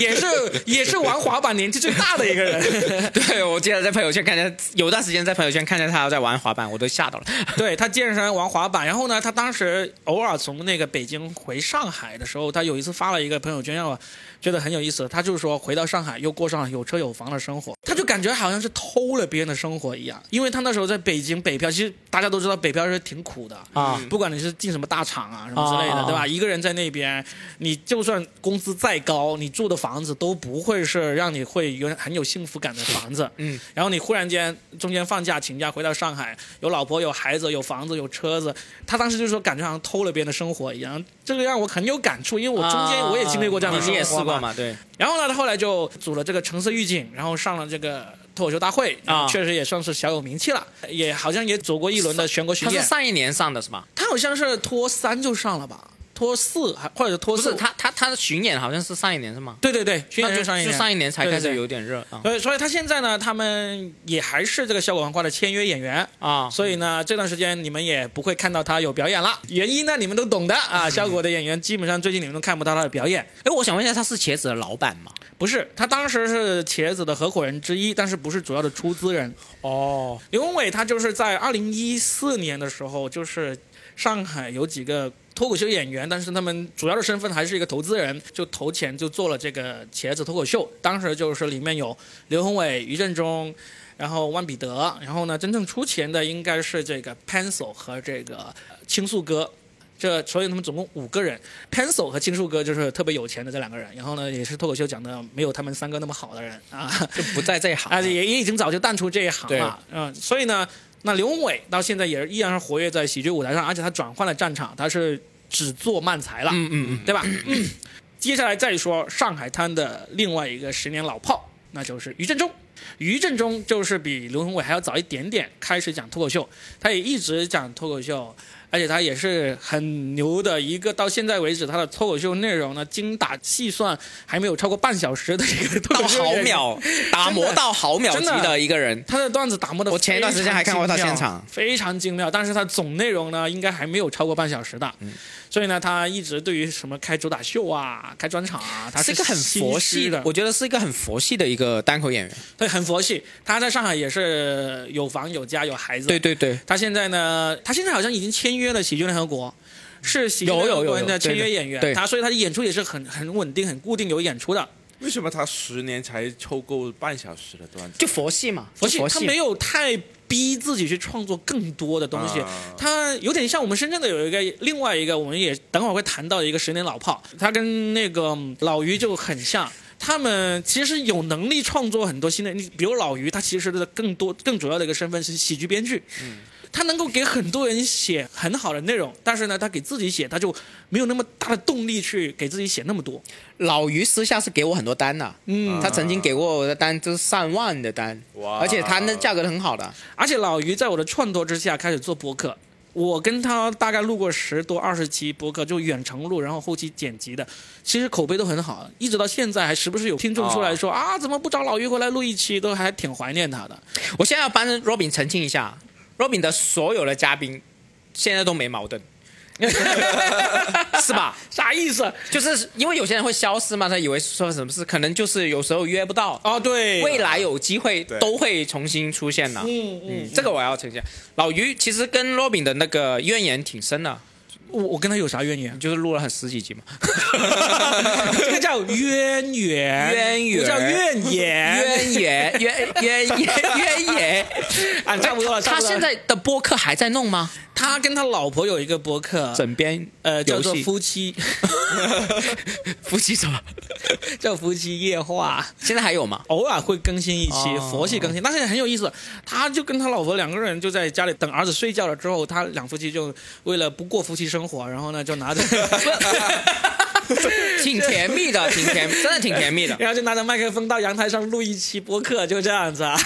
Speaker 1: 也是也是玩滑板年纪最大的一个人。
Speaker 2: 对我记得在朋友圈看见，有段时间在朋友圈看见他在玩滑板，我都吓到了。
Speaker 1: 对他健身玩滑板，然后呢，他当时偶尔从那个北京回上海的时候，他有一次发了一个朋友圈，让我觉得很有意思。他就是说回到上海又过上了有车有房的生活，他就感觉好像是偷了别人的生活一样，因为他那时候在北京北漂，其实大家都知道北漂是挺苦的
Speaker 2: 啊
Speaker 1: 不管你是进什么大厂啊什么之类
Speaker 2: 啊啊
Speaker 1: 的，
Speaker 2: 啊
Speaker 1: 对吧？一个人在那边，你就算工资再高，你住的房子都不会是让你会有很有幸福感的房子，
Speaker 2: 嗯，
Speaker 1: 然后你忽然间中间放假请假回到上海，有老婆有孩子有房子有车子，他当时就说感觉好像偷了别人的生活一样，这个让我很有感触，因为我中间我也经历过这样的
Speaker 2: 啊
Speaker 1: 生活、
Speaker 2: 你也试过？嘛？对，
Speaker 1: 然后呢，他后来就组了这个城市预警，然后上了这个脱口秀大会，
Speaker 2: 啊
Speaker 1: 确实也算是小有名气了，也好像也走过一轮的全国巡
Speaker 2: 他是
Speaker 1: 演。
Speaker 2: 上一年上的是吗？
Speaker 1: 他好像是脱三就上了吧，脱四还或者脱
Speaker 2: 不
Speaker 1: 四
Speaker 2: 是，他他他的巡演好像是上一年是吗？
Speaker 1: 对对对，巡演
Speaker 2: 那
Speaker 1: 是
Speaker 2: 就
Speaker 1: 上一
Speaker 2: 就
Speaker 1: 年。
Speaker 2: 上一年才
Speaker 1: 对
Speaker 2: 开
Speaker 1: 对
Speaker 2: 始
Speaker 1: 对
Speaker 2: 有点热啊
Speaker 1: 所以，所以他现在呢，他们也还是这个效果文化的签约演员，
Speaker 2: 啊！
Speaker 1: 所以呢，这段时间你们也不会看到他有表演了。原因呢，你们都懂的啊。效果的演员基本上最近你们都看不到他的表演。
Speaker 2: 哎，我想问一下，他是茄子的老板吗？
Speaker 1: 不是，他当时是茄子的合伙人之一，但是不是主要的出资人。
Speaker 2: 哦，
Speaker 1: 刘宏伟他就是在二零一四年的时候，就是上海有几个脱口秀演员，但是他们主要的身份还是一个投资人，就投钱就做了这个茄子脱口秀。当时就是里面有刘宏伟、于正中，然后万彼得，然后呢，真正出钱的应该是这个 Pencil 和这个青树哥。这所以他们总共五个人，Pencil 和青树哥就是特别有钱的这两个人，然后呢也是脱口秀讲的没有他们三个那么好的人啊，
Speaker 2: 就不在这 一行
Speaker 1: 啊，也也已经早就淡出这一行了，嗯，所以呢，那刘宏伟到现在也依然是活跃在喜剧舞台上，而且他转换了战场，他是只做漫才了，
Speaker 2: 嗯嗯嗯，
Speaker 1: 对吧？ 接下来再说上海滩的另外一个十年老炮，那就是于振中。于振中就是比刘宏伟还要早一点点开始讲脱口秀，他也一直讲脱口秀，而且他也是很牛的一个。到现在为止，他的脱口秀内容呢，精打细算，还没有超过半小时的一个脱
Speaker 2: 到
Speaker 1: 口秀
Speaker 2: 毫
Speaker 1: 演员
Speaker 2: 秒， 打磨到毫秒级
Speaker 1: 真的
Speaker 2: 的一个人，
Speaker 1: 他的段子打磨的，
Speaker 2: 我前一段时间还看过他现场
Speaker 1: 非常精妙。但是他总内容呢，应该还没有超过半小时的。
Speaker 2: 嗯
Speaker 1: 所以呢，他一直对于什么开主打秀啊、开专场啊，他
Speaker 2: 是一个很佛系
Speaker 1: 的，
Speaker 2: 我觉得是一个很佛系的一个单口演员。
Speaker 1: 对，很佛系。他在上海也是有房有家有孩子。
Speaker 2: 对，对对，
Speaker 1: 他现在呢，他现在好像已经签约了喜剧联合国。是喜剧
Speaker 2: 有有
Speaker 1: 联合
Speaker 2: 有
Speaker 1: 国
Speaker 2: 有
Speaker 1: 的签
Speaker 2: 对
Speaker 1: 约
Speaker 2: 对
Speaker 1: 演员，
Speaker 2: 对
Speaker 1: 他所以他的演出也是很很稳定、很固定有演出的。
Speaker 3: 为什么他十年才凑够半小时的段子？
Speaker 2: 就佛系嘛，
Speaker 1: 而
Speaker 2: 佛
Speaker 1: 且
Speaker 2: 佛
Speaker 1: 他
Speaker 2: 系
Speaker 1: 没。有太逼自己去创作更多的东西
Speaker 3: 啊，
Speaker 1: 他有点像我们深圳的有一个另外一个，我们也等会儿会谈到的一个十年老炮，他跟那个嗯老于就很像。他们其实有能力创作很多新的，你比如老于，他其实的更多、更主要的一个身份是喜剧编剧，
Speaker 2: 嗯
Speaker 1: 他能够给很多人写很好的内容，但是呢，他给自己写，他就没有那么大的动力去给自己写那么多。
Speaker 2: 老于私下是给我很多单的，嗯，他曾经给过我的单就是上万的单，
Speaker 3: 哇
Speaker 2: 而且他那价格很好的，
Speaker 1: 而且老于在我的撺掇之下开始做播客。我跟他大概录过十多二十期播客，就远程录，然后后期剪辑的，其实口碑都很好，一直到现在还时不时有听众出来说、
Speaker 2: 哦
Speaker 1: 啊，怎么不找老于回来录一期，都还挺怀念 他的。
Speaker 2: 我现在要帮 Robin 澄清一下，Robin 的所有的嘉宾现在都没矛盾，是吧？
Speaker 1: 啥意思？
Speaker 2: 就是因为有些人会消失嘛，他以为说什么事，可能就是有时候约不到，
Speaker 1: 哦，对，
Speaker 2: 未来有机会
Speaker 3: 对
Speaker 2: 都会重新出现的。
Speaker 1: 嗯嗯，
Speaker 2: 嗯，这个我要澄清。老于其实跟 Robin 的那个怨言挺深的，
Speaker 1: 我我跟他有啥渊 源？
Speaker 2: 就是录了很十几集嘛。
Speaker 1: 这个叫渊源，
Speaker 2: 渊源
Speaker 1: 不叫怨言。
Speaker 2: 渊源，渊渊渊 渊源，
Speaker 1: 啊，差不多了，差
Speaker 2: 他
Speaker 1: 不多了
Speaker 2: 现在的播客还在弄吗？
Speaker 1: 他跟他老婆有一个博客，
Speaker 2: 枕边
Speaker 1: 呃，叫
Speaker 2: 游
Speaker 1: 做
Speaker 2: 戏
Speaker 1: 夫 妻，
Speaker 2: 夫妻什么？
Speaker 1: 叫夫妻夜话。
Speaker 2: 现在还有吗？
Speaker 1: 偶尔会更新一期，
Speaker 2: 哦
Speaker 1: 佛系更新，但是很有意思。他就跟他老婆两个人就在家里等儿子睡觉 了之后，他两夫妻就为了不过夫妻生活，然后呢就拿着，
Speaker 2: 挺甜蜜的，挺甜，真的挺甜蜜 的。
Speaker 1: 然后就拿着麦克风到阳台上录一期播客，就这样 子啊。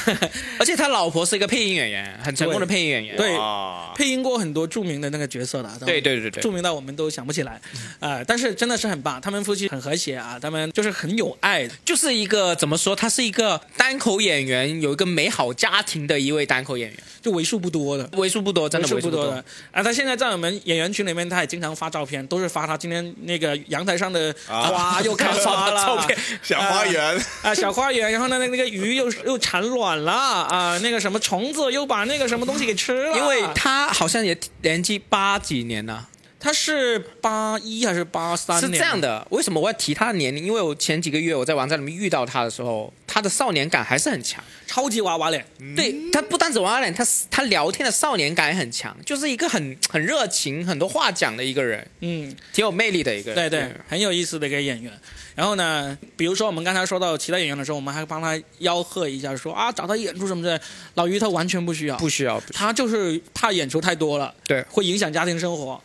Speaker 2: 而且他老婆是一个配音演员，很成功的配音演员。哦
Speaker 1: 对
Speaker 3: 哇
Speaker 1: 配音过很多著名的那个角色了，
Speaker 2: 对对对对
Speaker 1: 著名到我们都想不起来，呃，但是真的是很棒，他们夫妻很和谐啊，他们就是很有爱，
Speaker 2: 哎就是一个怎么说，他是一个单口演员，有一个美好家庭的一位单口演员，
Speaker 1: 就为数不多的。
Speaker 2: 为数不多，真的
Speaker 1: 为数
Speaker 2: 为数
Speaker 1: 不
Speaker 2: 不
Speaker 1: 多
Speaker 2: 多
Speaker 1: 的。啊！他现在在我们演员群里面，他也经常发照片，都是发他今天那个阳台上的
Speaker 3: 啊
Speaker 1: 花又开 花了，
Speaker 2: 照片
Speaker 3: 小花园，
Speaker 1: 啊，小花园，然后呢，那那个鱼又又产卵了啊，那个什么虫子又把那个什么东西给吃了。
Speaker 2: 因为他好像也年纪八几年啊了，
Speaker 1: 他是八一还是八三
Speaker 2: 是
Speaker 1: 年？
Speaker 2: 这样的。为什么我要提他的年龄？因为我前几个月我在网站里面遇到他的时候，他的少年感还是很强。
Speaker 1: 超级娃娃脸，
Speaker 2: 对他不单止玩脸，他他聊天的少年感也很强，就是一个很很热情、很多话讲的一个人，
Speaker 1: 嗯，
Speaker 2: 挺有魅力的一个
Speaker 1: 对
Speaker 2: 人。
Speaker 1: 对，很有意思的一个演员。然后呢，比如说我们刚才说到其他演员的时候，我们还帮他吆喝一下说，啊，找他演出什么之类的。老于他完全不需要，
Speaker 2: 不需要。
Speaker 1: 他就是怕演出太多了，，
Speaker 2: 对
Speaker 1: 会影响家庭生活，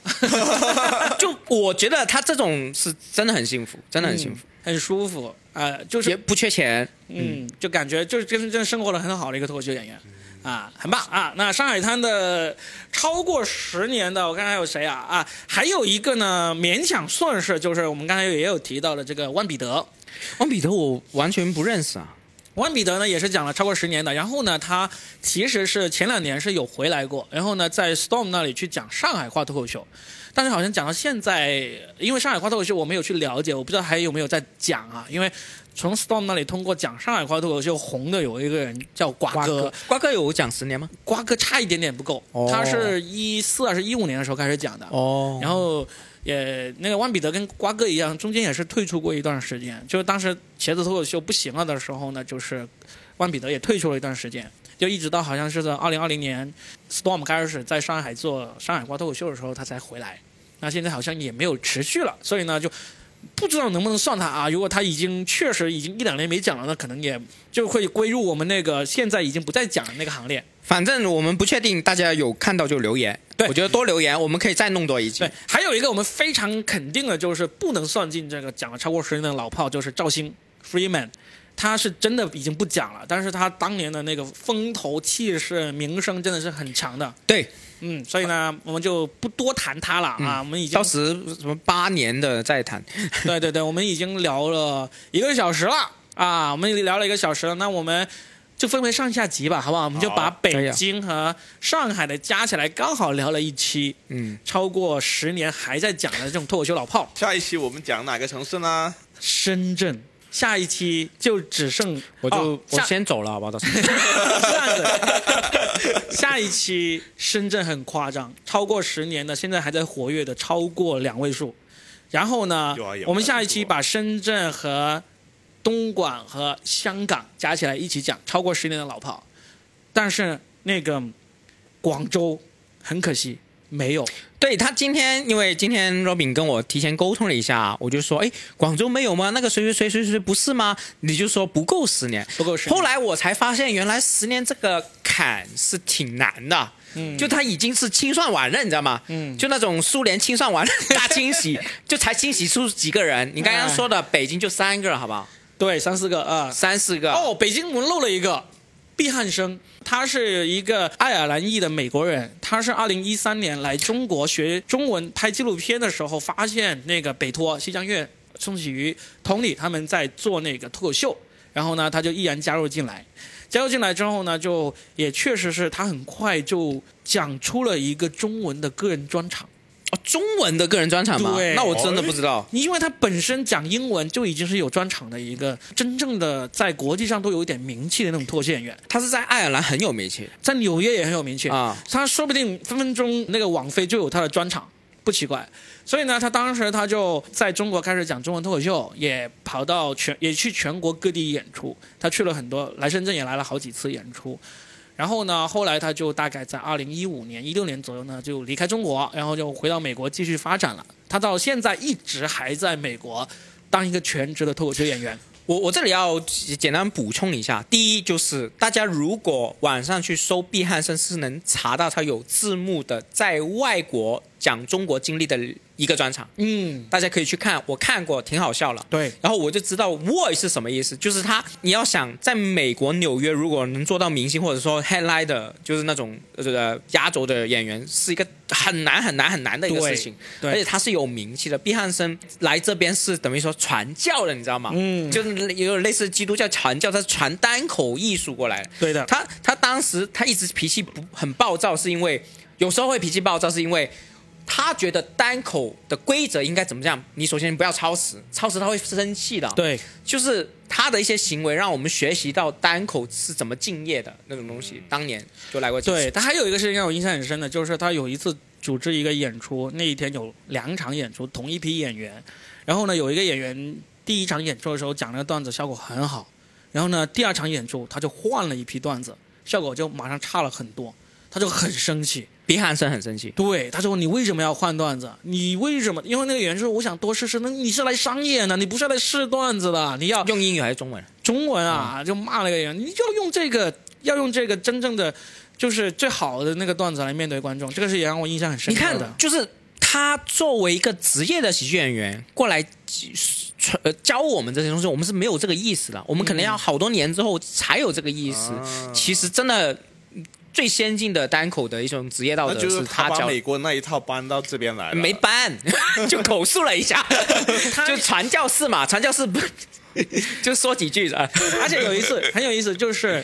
Speaker 2: 就我觉得他这种是真的很幸福，真的很幸福，
Speaker 1: 很舒服。呃，就是
Speaker 2: 也不缺钱。
Speaker 1: 嗯，就感觉就是真正生活的很好的一个脱口秀演员，啊，很棒啊。那上海滩的超过十年的，我看还有谁啊？啊，还有一个呢，勉强算是就是我们刚才也有提到的这个万彼得。
Speaker 2: 王彼得我完全不认识啊，
Speaker 1: 万彼得呢也是讲了超过十年的，然后呢，他其实是前两年是有回来过，然后呢，在 Storm 那里去讲上海话脱口秀，但是好像讲到现在，因为上海话脱口秀我没有去了解，我不知道还有没有在讲啊，因为从 Storm 那里通过讲上海话脱口秀红的有一个人叫瓜哥，，
Speaker 2: 瓜哥有讲十年吗？
Speaker 1: 瓜哥差一点点不够，
Speaker 2: 哦
Speaker 1: 他是一四还是一五年的时候开始讲的，
Speaker 2: 哦
Speaker 1: 然后也那个万彼得跟瓜哥一样，中间也是退出过一段时间，就是当时茄子脱口秀不行了的时候呢，就是万彼得也退出了一段时间，就一直到好像是在二零二零年 Storm 开始在上海做上海话脱口秀的时候，他才回来。那现在好像也没有持续了，所以呢就。不知道能不能算他啊？如果他已经确实已经一两年没讲了，那可能也就会归入我们那个现在已经不再讲的那个行列。
Speaker 2: 反正我们不确定，大家有看到就留言。
Speaker 1: 对
Speaker 2: 我觉得多留言，我们可以再弄多一集
Speaker 1: 对。，还有一个我们非常肯定的就是不能算进这个讲了超过十年的老炮，就是赵鑫 Freeman，他是真的已经不讲了，但是他当年的那个风头气势名声真的是很强的，
Speaker 2: 对，
Speaker 1: 嗯，所以呢，我们就不多谈他了啊，我们已经
Speaker 2: 到时什么八年的再谈。
Speaker 1: 对对对，我们已经聊了一个小时了啊，我们已经聊了一个小时了，那我们。就分为上下集吧，好不好？我们就把
Speaker 3: 好
Speaker 2: 哎
Speaker 1: 北
Speaker 2: 呀
Speaker 1: 京和上海的加起来，刚好聊了一期，
Speaker 2: 嗯，
Speaker 1: 超过十年还在讲的这种脱口秀老炮。
Speaker 3: 下一期我们讲哪个城市呢？
Speaker 1: 深圳。下一期就只剩
Speaker 2: 我就、
Speaker 1: 哦
Speaker 2: 我
Speaker 1: 下
Speaker 2: 先走了，好吧？到时
Speaker 1: 这
Speaker 2: 候
Speaker 1: 样子，下一期深圳很夸张，超过十年的，现在还在活跃的超过两位数。然后呢
Speaker 3: 有啊有，啊
Speaker 1: 我们下一期
Speaker 3: 有啊
Speaker 1: 把深圳和东莞和香港加起来一起讲，超过十年的老炮。但是那个广州很可惜没有，
Speaker 2: 对他今天，因为今天 Robin 跟我提前沟通了一下，我就说，哎，广州没有吗？那个谁谁谁谁谁不是吗？你就说不够十年。
Speaker 1: 不够十年
Speaker 2: 后来我才发现，原来十年这个坎是挺难的。嗯，就他已经是清算完了，你知道吗？嗯，就那种苏联清算完了大 清洗，就才清洗出几个人。你刚刚说
Speaker 1: 哎
Speaker 2: 的北京就三个，好不好？
Speaker 1: 对，三四个啊，
Speaker 2: 三四个。
Speaker 1: 哦，北京我们漏了一个，毕汉生，他是一个爱尔兰裔的美国人，他是二零一三年来中国学中文拍纪录片的时候，发现那个北托、西江月、宋启瑜、佟丽他们在做那个脱口秀，然后呢，他就毅然加入进来。加入进来之后呢，就也确实是他很快就讲出了一个中文的个人专场。
Speaker 2: 哦中文的个人专场吗
Speaker 1: 对？ 哦
Speaker 2: 那我真的不知道。
Speaker 1: 因为他本身讲英文就已经是有专场的一个真正的在国际上都有一点名气的那种脱口秀演员。
Speaker 2: 他是在爱尔兰很有名气
Speaker 1: 在纽约也很有名气
Speaker 2: 啊
Speaker 1: 他说不定分分钟那个网飞就有他的专场，不奇怪。所以呢，他当时他就在中国开始讲中文脱口秀，也跑到全也去全国各地演出，他去了很多，来深圳也来了好几次演出。然后呢，后来他就大概在二零一五年、一六年左右呢，就离开中国，然后就回到美国继续发展了。他到现在一直还在美国当一个全职的脱口秀演员。
Speaker 2: 我我这里要简单补充一下，第一就是大家如果晚上去搜毕汉生，是能查到他有字幕的在外国讲中国经历的一个专场，
Speaker 1: 嗯，
Speaker 2: 大家可以去看，我看过，挺好笑了。
Speaker 1: 对
Speaker 2: 然后我就知道 “war” 是什么意思，就是他你要想在美国纽约，如果能做到明星或者说 headliner，就是那种呃压轴的演员，是一个很难很难很难的一个事情。
Speaker 1: 对
Speaker 2: 而且他是有名气的。毕汉生来这边是等于说传教的，你知道吗？
Speaker 1: 嗯
Speaker 2: 就是也有类似基督教传教，他是传单口艺术过来的。
Speaker 1: 对的
Speaker 2: 他他当时他一直脾气不很暴躁，是因为有时候会脾气暴躁，是因为他觉得单口的规则应该怎么样？你首先不要超时，超时他会生气的。，
Speaker 1: 对，
Speaker 2: 就是他的一些行为让我们学习到单口是怎么敬业的那种东西。当年就来过几次
Speaker 1: 对，他还有一个事情让我印象很深的，就是他有一次组织一个演出，那一天有两场演出，同一批演员。然后呢，有一个演员第一场演出的时候讲那个段子效果很好，然后呢，第二场演出他就换了一批段子，效果就马上差了很多，他就很生气。
Speaker 2: 毕汉生很生气。
Speaker 1: 对，他说你为什么要换段子？你为什么？因为那个演员说我想多试试，那你是来商业的，你不是来试段子的，你要
Speaker 2: 用英语还是中文？
Speaker 1: 中文啊，就骂那个人，你就要用这个，要用这个真正的，就是最好的那个段子来面对观众，这个是也让我印象很深
Speaker 2: 你
Speaker 1: 刻的。
Speaker 2: 看，就是他作为一个职业的喜剧演员过来传呃教我们这些东西，我们是没有这个意识的。我们可能要好多年之后才有这个意
Speaker 3: 啊
Speaker 2: 识。
Speaker 3: 嗯
Speaker 2: 其实真的。最先进的单口的一种职业道
Speaker 3: 那
Speaker 2: 德
Speaker 3: 就是
Speaker 2: 他
Speaker 3: 把
Speaker 2: 教的
Speaker 3: 美国那一套搬到这边来了，
Speaker 2: 没搬，就口述了一下，就传教士嘛，传教士不 就说几句呃的。
Speaker 1: 而且有一次 很有意思，就是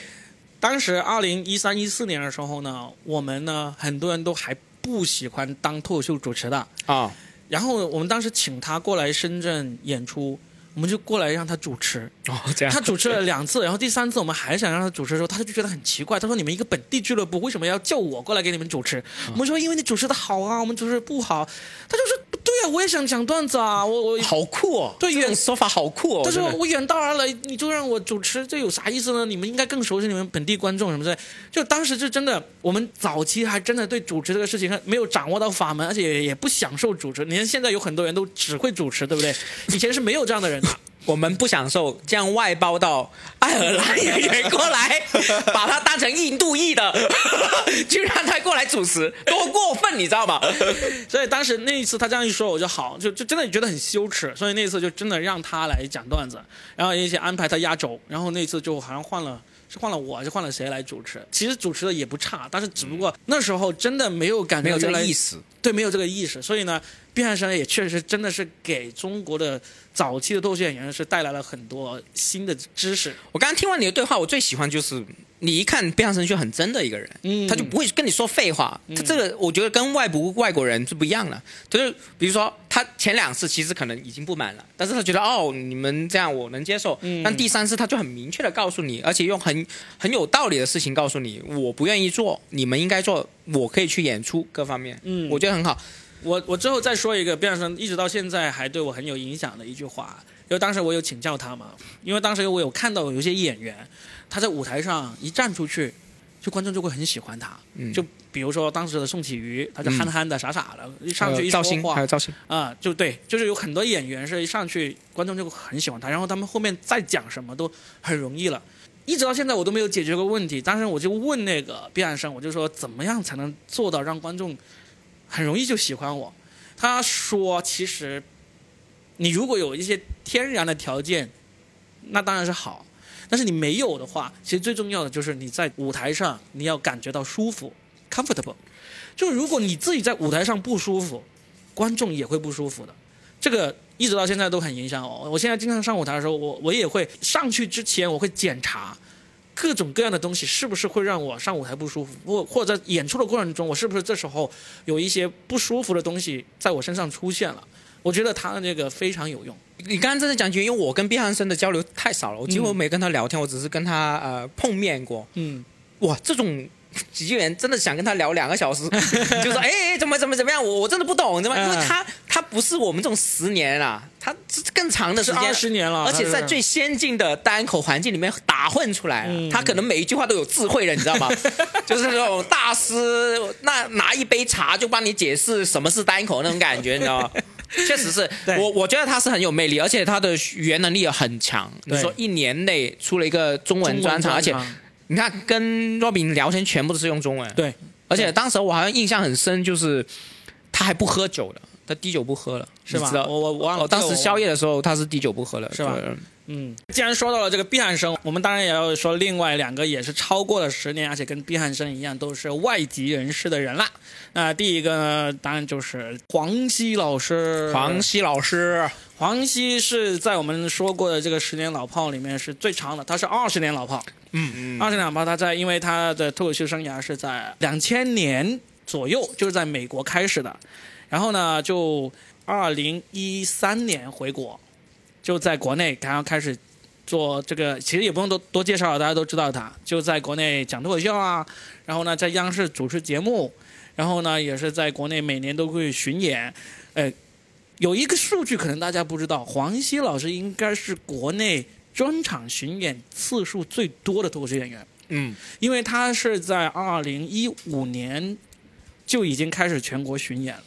Speaker 1: 当时二零一三一四年的时候呢，我们呢很多人都还不喜欢当脱口秀主持的，
Speaker 2: 啊，
Speaker 1: 然后我们当时请他过来深圳演出，我们就过来让他主持。
Speaker 2: 哦，这 样
Speaker 1: 他主持了两次，然后第三次我们还想让他主持的时候，他就觉得很奇怪。他说：“你们一个本地俱乐部为什么要叫我过来给你们主持？”
Speaker 2: 嗯
Speaker 1: 我们说：“因为你主持的好啊，我们主持的不好。”他就说：“不对啊，我也想讲段子啊，我我。”
Speaker 2: 好酷 哦，
Speaker 1: 对
Speaker 2: 这种说法好酷哦。
Speaker 1: 他说
Speaker 2: 真：“的
Speaker 1: 我远道而来，你就让我主持，这有啥意思呢？你们应该更熟悉你们本地观众什么之类。”就当时就真的，我们早期还真的对主持这个事情还没有掌握到法门，而且也也不享受主持。你看现在有很多人都只会主持，对不对？以前是没有这样的人的。
Speaker 2: 我们不享受这样外包到爱尔兰演员过来， 把他当成印度裔的， 去让他过来主持，多过分，你知道吗？
Speaker 1: 所以当时那一次他这样一说，我就好，就就真的觉得很羞耻，所以那一次就真的让他来讲段子，然后一起安排他压轴，然后那次就好像换了。是换了我，还是换了谁来主持？其实主持的也不差，但是只不过那时候真的没有感觉
Speaker 2: 没有
Speaker 1: 到
Speaker 2: 这
Speaker 1: 原
Speaker 2: 个
Speaker 1: 来
Speaker 2: 意思。
Speaker 1: 对，没有这个意识。所以呢，毕汉生也确实真的是给中国的早期的脱口秀演员是带来了很多新的知识。
Speaker 2: 我刚刚听完你的对话，我最喜欢就是你一看变相生就很真的一个人，他就不会跟你说废话。他这个我觉得跟外部外国人是不一样的，就是比如说他前两次其实可能已经不满了，但是他觉得哦你们这样我能接受，但第三次他就很明确的告诉你，而且用很很有道理的事情告诉你，我不愿意做，你们应该做，我可以去演出各方面，嗯，我觉得很好。
Speaker 1: 我我最后再说一个，毕汉生一直到现在还对我很有影响的一句话，因为当时我有请教他嘛，因为当时我有看到有些演员，他在舞台上一站出去，就观众就会很喜欢他，
Speaker 2: 嗯
Speaker 1: 就比如说当时的宋启瑜，他就憨憨的、傻傻的，一上去一说
Speaker 2: 还有造型，
Speaker 1: 话
Speaker 2: 呃还有造型，
Speaker 1: 啊、就对，就是有很多演员是一上去观众就很喜欢他，然后他们后面再讲什么都很容易了。一直到现在我都没有解决过问题，当时我就问那个毕汉生，我就说怎么样才能做到让观众很容易就喜欢我？他说其实你如果有一些天然的条件，那当然是好，但是你没有的话，其实最重要的就是你在舞台上你要感觉到舒服 （comfortable）。就如果你自己在舞台上不舒服，观众也会不舒服的。这个一直到现在都很影响我。我现在经常上舞台的时候，我我也会上去之前我会检查各种各样的东西是不是会让我上舞台不舒服，或或者演出的过程中，我是不是这时候有一些不舒服的东西在我身上出现了。我觉得他的那个非常有用。
Speaker 2: 你刚刚真的讲起，因为我跟毕汉生的交流太少了，我几乎没跟他聊天，我只是跟他呃碰面过。
Speaker 1: 嗯，
Speaker 2: 哇，这种喜剧人真的想跟他聊两 个小时，你就说哎哎怎么怎么怎么样，我我真的不懂，怎么？因为
Speaker 1: 嗯
Speaker 2: 他他不是我们这种十年啦，他是更长的时
Speaker 1: 是
Speaker 2: 间，
Speaker 1: 二十年了，
Speaker 2: 而且在
Speaker 1: 他是
Speaker 2: 最先进的单口环境里面打混出来
Speaker 1: 嗯
Speaker 2: 了，他可能每一句话都有智慧了，你知道 吗？就是那种大师，那拿一杯茶就帮你解释什么是单口那种感觉，你知 道吗？确实是
Speaker 1: 对
Speaker 2: 我，我觉得他是很有魅力，而且他的语言能力也很强。你
Speaker 1: 对
Speaker 2: 说一年内出了一个中文
Speaker 1: 中文
Speaker 2: 专场，而且
Speaker 1: 专
Speaker 2: 你看跟 Robin 聊天全部都是用中文，
Speaker 1: 对
Speaker 2: 而且当时我好像印象很深，就是他还不喝酒的，他滴酒不喝了，
Speaker 1: 是吧
Speaker 2: 你知道哦
Speaker 1: 我我我忘了
Speaker 2: 当时
Speaker 1: 这个我
Speaker 2: 宵夜的时候他是滴酒不喝了，
Speaker 1: 是吧
Speaker 2: 对
Speaker 1: 嗯，既然说到了这个毕汉生，我们当然也要说另外两个也是超过了十年，而且跟毕汉生一样都是外籍人士的人啦。那第一个呢，当然就是黄西老师。
Speaker 2: 黄西老师，
Speaker 1: 黄西是在我们说过的这个十年老炮里面是最长的，他是二十年老炮。
Speaker 3: 嗯
Speaker 1: 二十年老炮他在因为他的脱口秀生涯是在两千年左右，就是在美国开始的，然后呢就二零一三年回国，就在国内然后开始做这个，其实也不用多多介绍了，大家都知道他就在国内讲脱口秀啊，然后呢在央视主持节目，然后呢也是在国内每年都会巡演，呃，有一个数据可能大家不知道，黄西老师应该是国内专场巡演次数最多的脱口秀演员，
Speaker 3: 嗯，
Speaker 1: 因为他是在二零一五年就已经开始全国巡演了。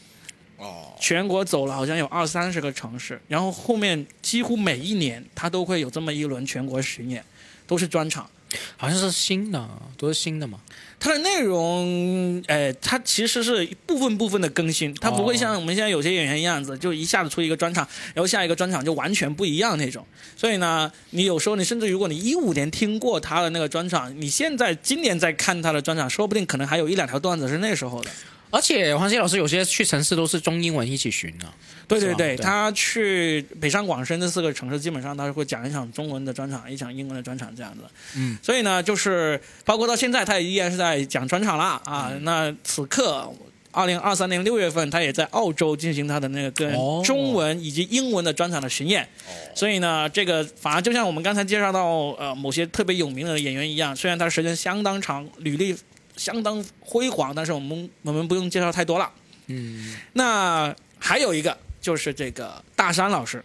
Speaker 3: 哦，
Speaker 1: 全国走了好像有二三十个城市，然后后面几乎每一年他都会有这么一轮全国巡演，都是专场。
Speaker 2: 好像是新的，都是新的嘛。
Speaker 1: 它的内容，呃，它其实是一部分部分的更新，它不会像我们现在有些演员一样子，就一下子出一个专场，然后下一个专场就完全不一样那种。所以呢，你有时候你甚至如果你一五年听过他的那个专场，你现在今年再看他的专场，说不定可能还有一两条段子是那时候的。
Speaker 2: 而且黄西老师有些去城市都是中英文一起巡啊的，
Speaker 1: 对
Speaker 2: 是
Speaker 1: 对
Speaker 2: 吧
Speaker 1: 对，
Speaker 2: 对
Speaker 1: 他去北上广深这四个城市，基本上他是会讲一场中文的专场，一场英文的专场这样子。
Speaker 2: 嗯，
Speaker 1: 所以呢，就是包括到现在，他也依然是在讲专场啦啊。
Speaker 2: 嗯
Speaker 1: 那此刻，二零二三年六月份，他也在澳洲进行他的那个跟
Speaker 2: 哦
Speaker 1: 中文以及英文的专场的巡演。所以呢，这个反而就像我们刚才介绍到呃某些特别有名的演员一样，虽然他时间相当长，履历相当辉煌，但是我们我们不用介绍太多了。
Speaker 2: 嗯，
Speaker 1: 那还有一个就是这个大山老师，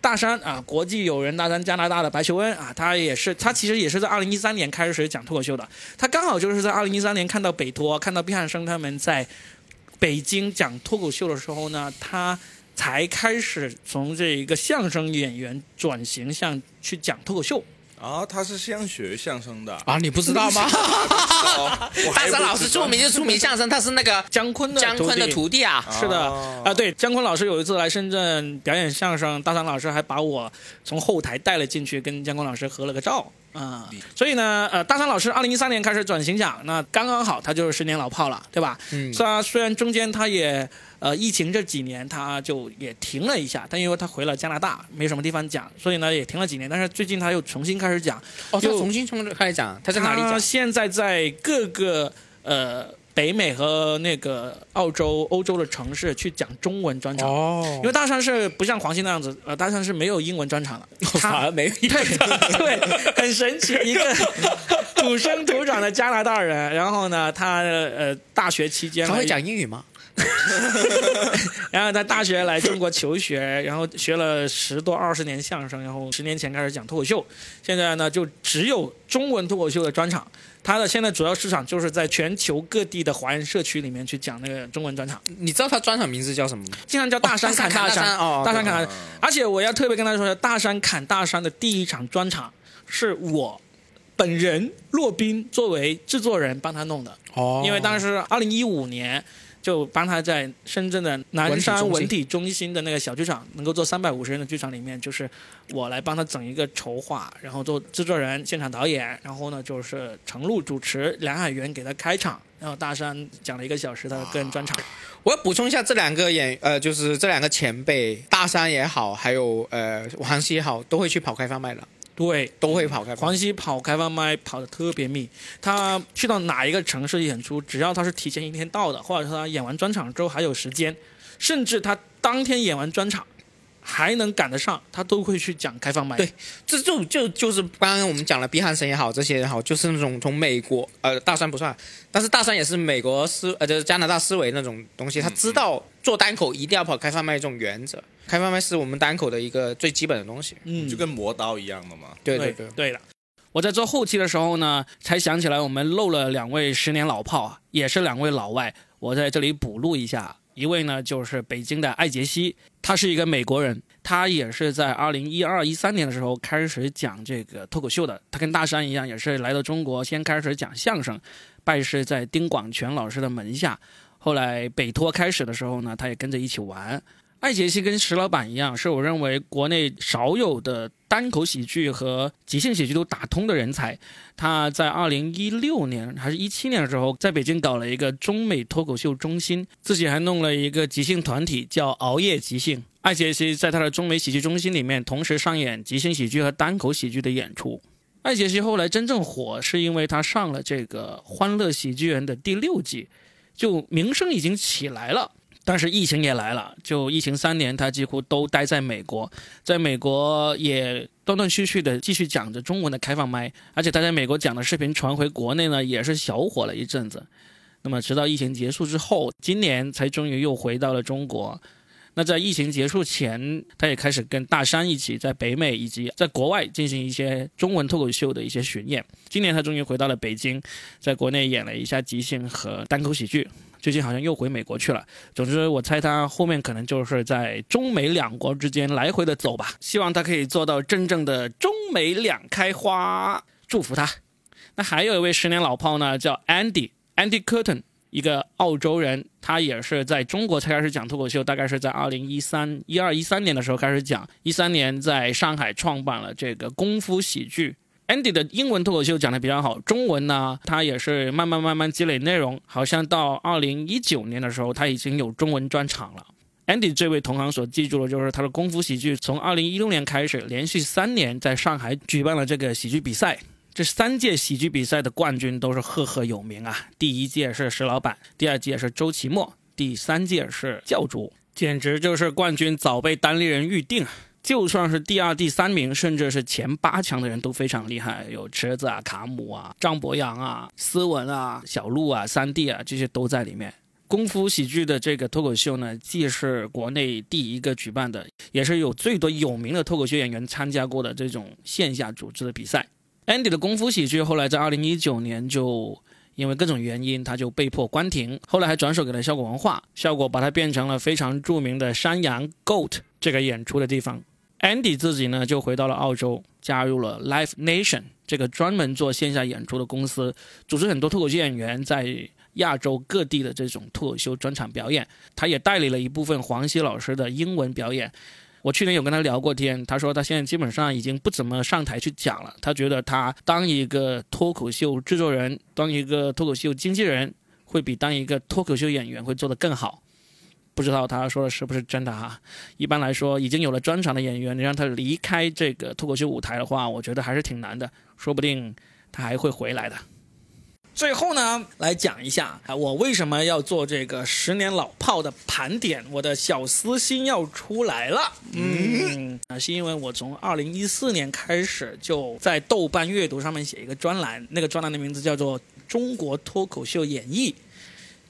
Speaker 1: 大山啊，国际友人大山加拿大的白求恩啊，他也是他其实也是在二零一三年开始讲脱口秀的，他刚好就是在二零一三年看到北托，看到毕汉生他们在北京讲脱口秀的时候呢，他。才开始从这一个相声演员转型向去讲脱口秀，
Speaker 3: 啊，他是相学相声的，
Speaker 2: 啊，你不知道吗？
Speaker 3: 哦我
Speaker 2: 大
Speaker 3: 还不
Speaker 2: 山老师
Speaker 3: 知道
Speaker 2: 出名就出名相声，他是那个
Speaker 1: 姜昆的
Speaker 2: 姜昆
Speaker 1: 徒
Speaker 2: 的
Speaker 1: 弟
Speaker 2: 徒弟啊。
Speaker 1: 是的，
Speaker 3: 哦
Speaker 1: 啊、对，姜昆老师有一次来深圳表演相声，大山老师还把我从后台带了进去，跟姜昆老师合了个照啊、
Speaker 2: 嗯
Speaker 1: 所以呢，呃，大山老师二零一三年开始转型讲，那刚刚好，他就是十年老炮了，对吧？
Speaker 2: 嗯
Speaker 1: 虽然虽然中间他也呃疫情这几年他就也停了一下，但因为他回了加拿大，没什么地方讲，所以呢也停了几年。但是最近他又重新开始讲，
Speaker 2: 哦，他
Speaker 1: 就
Speaker 2: 重新从这开始讲，他在哪里
Speaker 1: 他
Speaker 2: 讲？
Speaker 1: 现在在各个呃北美和那个澳洲、欧洲的城市去讲中文专场。
Speaker 2: 哦，因
Speaker 1: 因
Speaker 2: 为
Speaker 1: 为大山是不像黄西那样子，呃，大山是没有英文专场的，
Speaker 2: 反
Speaker 1: 他
Speaker 2: 而没有
Speaker 1: 对对， 很神奇，一个土生土长的加拿大人，然后呢，他呃大学期间
Speaker 2: 他
Speaker 1: 来
Speaker 2: 会讲英语吗？
Speaker 1: 然后在大学来中国求学，然后学了十多二十年相声，然后十年前开始讲脱口秀，现在呢就只有中文脱口秀的专场。他的现在主要市场就是在全球各地的华人社区里面去讲那个中文专场，
Speaker 2: 你知道他专场名字叫什么吗？
Speaker 1: 经常叫大山
Speaker 2: 哦
Speaker 1: 砍大
Speaker 2: 大山
Speaker 1: 山
Speaker 2: 砍大山哦，
Speaker 1: 大山砍
Speaker 2: 对
Speaker 1: 大山。而且我要特别跟他说，大山砍大山的第一场专场是我本人洛宾作为制作人帮他弄的。
Speaker 2: 哦
Speaker 1: 因为当时二零一五年就帮他在深圳的南山文体中心的那个小剧场，能够做三百五十人的剧场里面，就是我来帮他整一个筹划，然后做制作人、现场导演，然后呢就是程璐主持，梁海源给他开场，然后大山讲了一个小时他的个人专场。
Speaker 2: 我要补充一下，这两个演呃，就是这两个前辈，大山也好，还有呃黄西也好，都会去跑开放麦的，
Speaker 1: 对，
Speaker 2: 都会跑开放麦。
Speaker 1: 黄西跑开放麦跑得特别密，他去到哪一个城市演出，只要他是提前一天到的，或者说他演完专场之后还有时间，甚至他当天演完专场还能赶得上，他都会去讲开放麦。
Speaker 2: 对这就就就是刚刚我们讲了，毕汉生也好，这些也好，就是那种从美国呃大山不算，但是大山也是美国思呃就是加拿大思维那种东西，他知道做单口一定要跑开放麦这种原则，开放麦是我们单口的一个最基本的东西。
Speaker 1: 嗯，
Speaker 3: 就跟磨刀一样的嘛。
Speaker 2: 对对
Speaker 1: 对
Speaker 2: 对，
Speaker 1: 的。我在做后期的时候呢，才想起来我们漏了两位十年老炮啊，也是两位老外，我在这里补录一下。一位呢就是北京的艾杰西，他是一个美国人，他也是在二零一二一三年的时候开始讲这个脱口秀的。他跟大山一样，也是来到中国先开始讲相声，拜师在丁广泉老师的门下，后来北托开始的时候呢，他也跟着一起玩。艾杰西跟石老板一样，是我认为国内少有的单口喜剧和即兴喜剧都打通的人才。他在二零一六年还是一七年的时候，在北京搞了一个中美脱口秀中心，自己还弄了一个即兴团体，叫熬夜即兴。艾杰西在他的中美喜剧中心里面，同时上演即兴喜剧和单口喜剧的演出。艾杰西后来真正火，是因为他上了这个《欢乐喜剧人》的第六季，就名声已经起来了。但是疫情也来了，就疫情三年，他几乎都待在美国，在美国也断断续续的继续讲着中文的开放麦，而且他在美国讲的视频传回国内呢，也是小火了一阵子。那么直到疫情结束之后，今年才终于又回到了中国。那在疫情结束前，他也开始跟大山一起在北美以及在国外进行一些中文脱口秀的一些巡演。今年他终于回到了北京，在国内演了一下即兴和单口喜剧。最近好像又回美国去了。总之，我猜他后面可能就是在中美两国之间来回的走吧。希望他可以做到真正的中美两开花，祝福他。那还有一位十年老炮呢，叫 Andy Andy Curtin，一个澳洲人，他也是在中国才开始讲脱口秀，大概是在二零一三、一二、一三年的时候开始讲。一三年在上海创办了这个功夫喜剧。Andy 的英文脱口秀讲的比较好，中文呢，他也是慢慢慢慢积累内容，好像到二零一九年的时候，他已经有中文专场了。Andy 这位同行所记住的就是他的功夫喜剧，从二零一六年开始，连续三年在上海举办了这个喜剧比赛。这三届喜剧比赛的冠军都是赫赫有名啊！第一届是石老板，第二届是周奇墨，第三届是教主，简直就是冠军早被单立人预定。就算是第二、第三名，甚至是前八强的人都非常厉害，有池子啊、卡姆啊、张博洋啊、斯文啊、小鹿啊、三弟啊，这些都在里面。功夫喜剧的这个脱口秀呢，既是国内第一个举办的，也是有最多有名的脱口秀演员参加过的这种线下组织的比赛。Andy 的功夫喜剧后来在二零一九年就因为各种原因，他就被迫关停。后来还转手给了效果文化，效果把它变成了非常著名的山羊 Goat 这个演出的地方。Andy 自己呢就回到了澳洲，加入了 Live Nation 这个专门做线下演出的公司，组织很多脱口秀演员在亚洲各地的这种脱口秀专场表演。他也代理了一部分黄西老师的英文表演。我去年有跟他聊过天，他说他现在基本上已经不怎么上台去讲了。他觉得他当一个脱口秀制作人，当一个脱口秀经纪人，会比当一个脱口秀演员会做得更好。不知道他说的是不是真的啊哈？一般来说，已经有了专场的演员，你让他离开这个脱口秀舞台的话，我觉得还是挺难的，说不定他还会回来的。最后呢，来讲一下啊，我为什么要做这个十年老炮的盘点，我的小私心要出来了。嗯，啊，是因为我从二零一四年开始就在豆瓣阅读上面写一个专栏，那个专栏的名字叫做《中国脱口秀演绎》。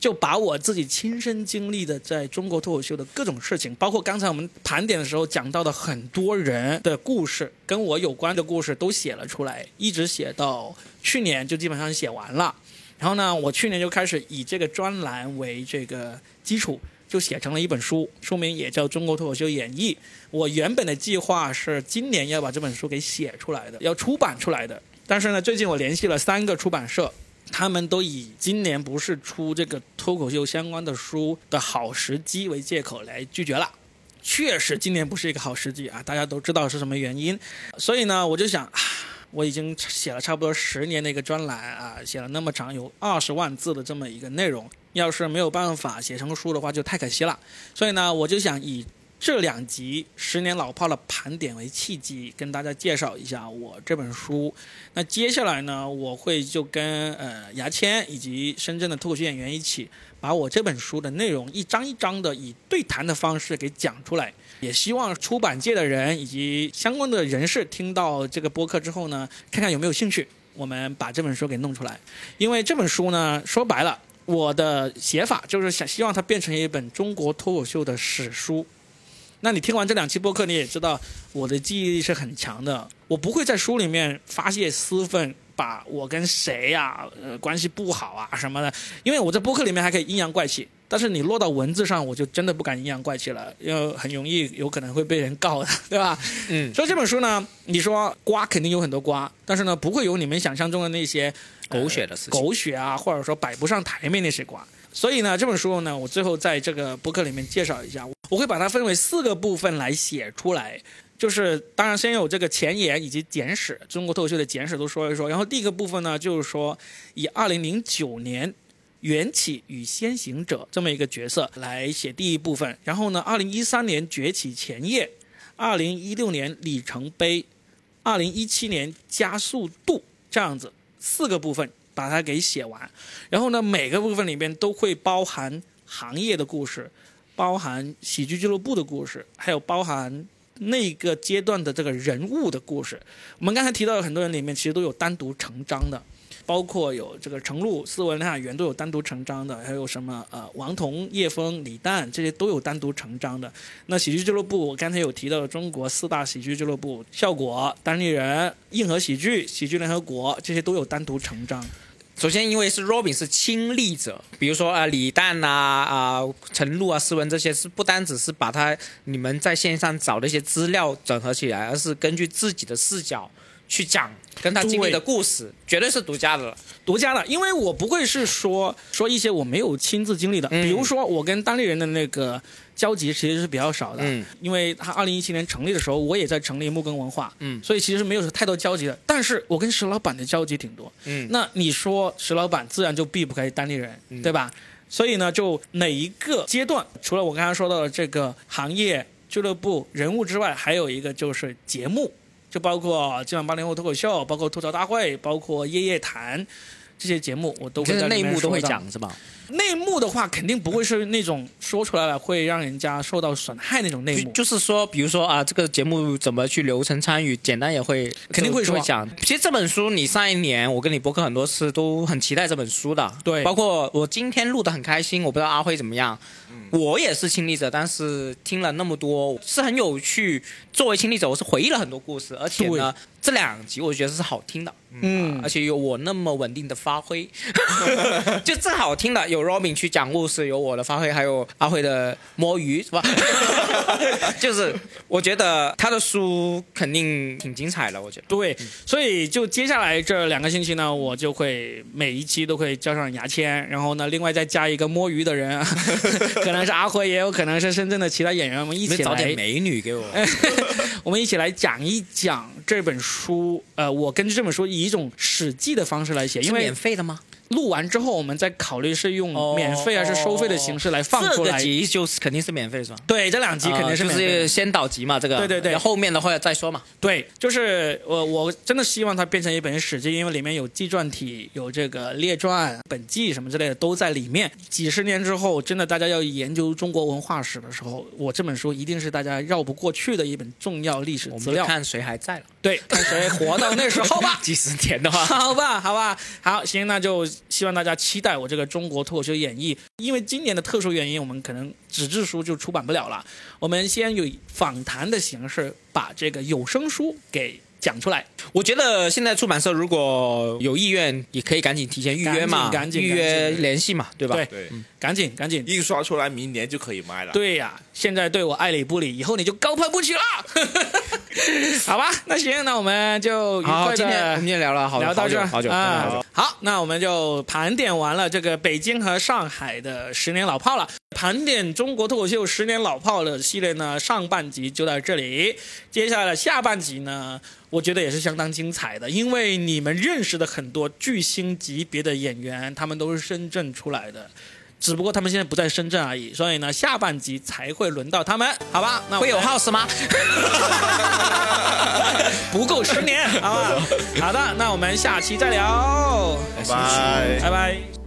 Speaker 1: 就把我自己亲身经历的在中国脱口秀的各种事情，包括刚才我们盘点的时候讲到的很多人的故事，跟我有关的故事都写了出来，一直写到去年就基本上写完了。然后呢，我去年就开始以这个专栏为这个基础，就写成了一本书，书名也叫《中国脱口秀演绎》。我原本的计划是今年要把这本书给写出来的，要出版出来的。但是呢，最近我联系了三个出版社，他们都以今年不是出这个脱口秀相关的书的好时机为借口来拒绝了。确实，今年不是一个好时机啊，大家都知道是什么原因。所以呢，我就想，啊我已经写了差不多十年的一个专栏啊，写了那么长，有二十万字的这么一个内容，要是没有办法写成书的话，就太可惜了。所以呢，我就想以这两集《十年老炮》的盘点为契机，跟大家介绍一下我这本书。那接下来呢，我会就跟呃牙签以及深圳的脱口秀演员一起，把我这本书的内容一章一章的以对谈的方式给讲出来。也希望出版界的人以及相关的人士听到这个播客之后呢，看看有没有兴趣，我们把这本书给弄出来。因为这本书呢，说白了，我的写法就是想希望它变成一本中国脱口秀的史书。那你听完这两期播客，你也知道我的记忆力是很强的，我不会在书里面发泄私愤，把我跟谁呀、呃，关系不好啊什么的，因为我在播客里面还可以阴阳怪气，但是你落到文字上，我就真的不敢阴阳怪气了，因为很容易有可能会被人告的， 对吧？
Speaker 3: 嗯，
Speaker 1: 所以这本书呢，你说瓜肯定有很多瓜，但是呢，不会有你们想象中的那些
Speaker 2: 狗血的事情
Speaker 1: 狗血啊，或者说摆不上台面那些瓜。所以呢，这本书呢，我最后在这个博客里面介绍一下，我会把它分为四个部分来写出来。就是当然先有这个前言以及简史，中国脱口秀的简史都说一说。然后第一个部分呢，就是说以二零零九年缘起与先行者这么一个角色来写第一部分。然后呢，二零一三年崛起前夜，二零一六年里程碑，二零一七年加速度这样子四个部分把它给写完。然后呢，每个部分里面都会包含行业的故事，包含喜剧俱乐部的故事，还有包含那个阶段的这个人物的故事。我们刚才提到的很多人里面，其实都有单独成章的，包括有这个程璐、斯文、哈元都有单独成章的，还有什么呃王彤、叶枫、李诞这些都有单独成章的。那喜剧俱乐部，我刚才有提到的中国四大喜剧俱乐部，效果、单立人、硬核喜剧、喜剧联合国这些都有单独成章。
Speaker 2: 首先，因为是 Robin 是亲历者，比如说啊、呃李诞呐、啊、陈露啊、思文这些，是不单只是把他你们在线上找的一些资料整合起来，而是根据自己的视角去讲跟他经历的故事，绝对是独家的了。
Speaker 1: 独家的，因为我不会是说说一些我没有亲自经历的，比如说我跟当地人的那个交集其实是比较少的，
Speaker 2: 嗯
Speaker 1: 因为他二零一七年成立的时候，我也在成立木根文化，
Speaker 2: 嗯
Speaker 1: 所以其实没有太多交集的，但是我跟石老板的交集挺多，
Speaker 2: 嗯
Speaker 1: 那你说石老板自然就避不开当地人，对吧？所以呢，就哪一个阶段，除了我刚刚说到的这个行业、俱乐部、人物之外，还有一个就是节目，就包括今晚八零后脱口秀，包括吐槽大会，包括夜夜谈。这些节目我都会
Speaker 2: 就
Speaker 1: 在
Speaker 2: 是
Speaker 1: 里
Speaker 2: 内
Speaker 1: 面
Speaker 2: 幕都会
Speaker 1: 说到
Speaker 2: 讲是吧？
Speaker 1: 内幕的话，肯定不会是那种说出来了会让人家受到损害那种内
Speaker 2: 就
Speaker 1: 幕。
Speaker 2: 就是说，比如说啊，这个节目怎么去流程参与，简单也会
Speaker 1: 肯定会
Speaker 2: 就就
Speaker 1: 说啊
Speaker 2: 会讲。其实这本书你上一年我跟你播客很多次都很期待这本书的，
Speaker 1: 对
Speaker 2: 包括我今天录的很开心，我不知道阿辉怎么样。
Speaker 1: 嗯
Speaker 2: 我也是亲历者，但是听了那么多，是很有趣。作为亲历者，我是回忆了很多故事，而且呢，这两集我觉得是好听的，
Speaker 1: 嗯
Speaker 2: 而且有我那么稳定的发挥， 就正好听的有 Robin 去讲故事，有我的发挥，还有阿辉的摸鱼，是吧？ 就是我觉得他的书肯定挺精彩的，我觉得。
Speaker 1: 对，所以就接下来这两个星期呢，我就会每一期都会叫上牙签，然后呢，另外再加一个摸鱼的人，啊 可能是阿辉，也有可能是深圳的其他演员，我们一
Speaker 2: 你
Speaker 1: 起
Speaker 2: 找
Speaker 1: 来
Speaker 2: 点美女给我，
Speaker 1: 我们一起来讲一讲这本书。呃，我根据这本书以一种史记的方式来写，因
Speaker 2: 是
Speaker 1: 为
Speaker 2: 免费的吗？
Speaker 1: 录完之后，我们再考虑是用
Speaker 2: 哦
Speaker 1: 免费还是收费的形式来放出
Speaker 2: 这
Speaker 1: 来。
Speaker 2: 个集就是肯定是免费的是吧？
Speaker 1: 对，这两集肯定是免
Speaker 2: 呃就
Speaker 1: 费的
Speaker 2: 是先导集嘛，这个
Speaker 1: 对对对
Speaker 2: 然后后面的话再说嘛。
Speaker 1: 对，就是我我真的希望它变成一本史记，因为里面有纪传体、有这个列传、本纪什么之类的都在里面。几十年之后，真的大家要研究中国文化史的时候，我这本书一定是大家绕不过去的一本重要历史
Speaker 2: 我
Speaker 1: 资
Speaker 2: 们就
Speaker 1: 料。
Speaker 2: 看谁还在了。。
Speaker 1: 对，看谁活到那时候 吧
Speaker 2: 几十年的话，
Speaker 1: 好吧，好吧，好，行，那就希望大家期待我这个中国脱口秀演绎，因为今年的特殊原因，我们可能纸质书就出版不了了。我们先以访谈的形式把这个有声书给讲出来。
Speaker 2: 我觉得现在出版社如果有意愿，也可以赶紧提前预约嘛，
Speaker 1: 赶紧赶紧
Speaker 2: 预约
Speaker 1: 赶紧
Speaker 2: 联系嘛，对吧？
Speaker 1: 对
Speaker 3: 对，
Speaker 1: 赶紧，赶紧。
Speaker 3: 印刷出来明年就可以卖了。
Speaker 1: 对呀、现在对我爱理不理，以后你就高攀不起了。 好吧，那行，那我们就愉
Speaker 2: 好，
Speaker 1: 快
Speaker 2: 今天我们
Speaker 1: 的
Speaker 2: 就聊了好
Speaker 1: 聊到
Speaker 2: 好
Speaker 1: 这
Speaker 2: 久
Speaker 1: 儿
Speaker 2: 好久好久
Speaker 1: 啊。好，那我们就盘点完了这个北京和上海的十年老炮了。盘点中国脱口秀十年老炮的系列呢，上半集就到这里，接下来下半集呢，我觉得也是相当精彩的，因为你们认识的很多巨星级别的演员，他们都是深圳出来的。只不过他们现在不在深圳而已，所以呢，下半集才会轮到他们，好吧？那我
Speaker 2: 会有
Speaker 1: 们
Speaker 2: house 吗？
Speaker 1: 不够十年，好吧？好的，那我们下期再聊，
Speaker 3: 拜拜。
Speaker 1: 拜拜。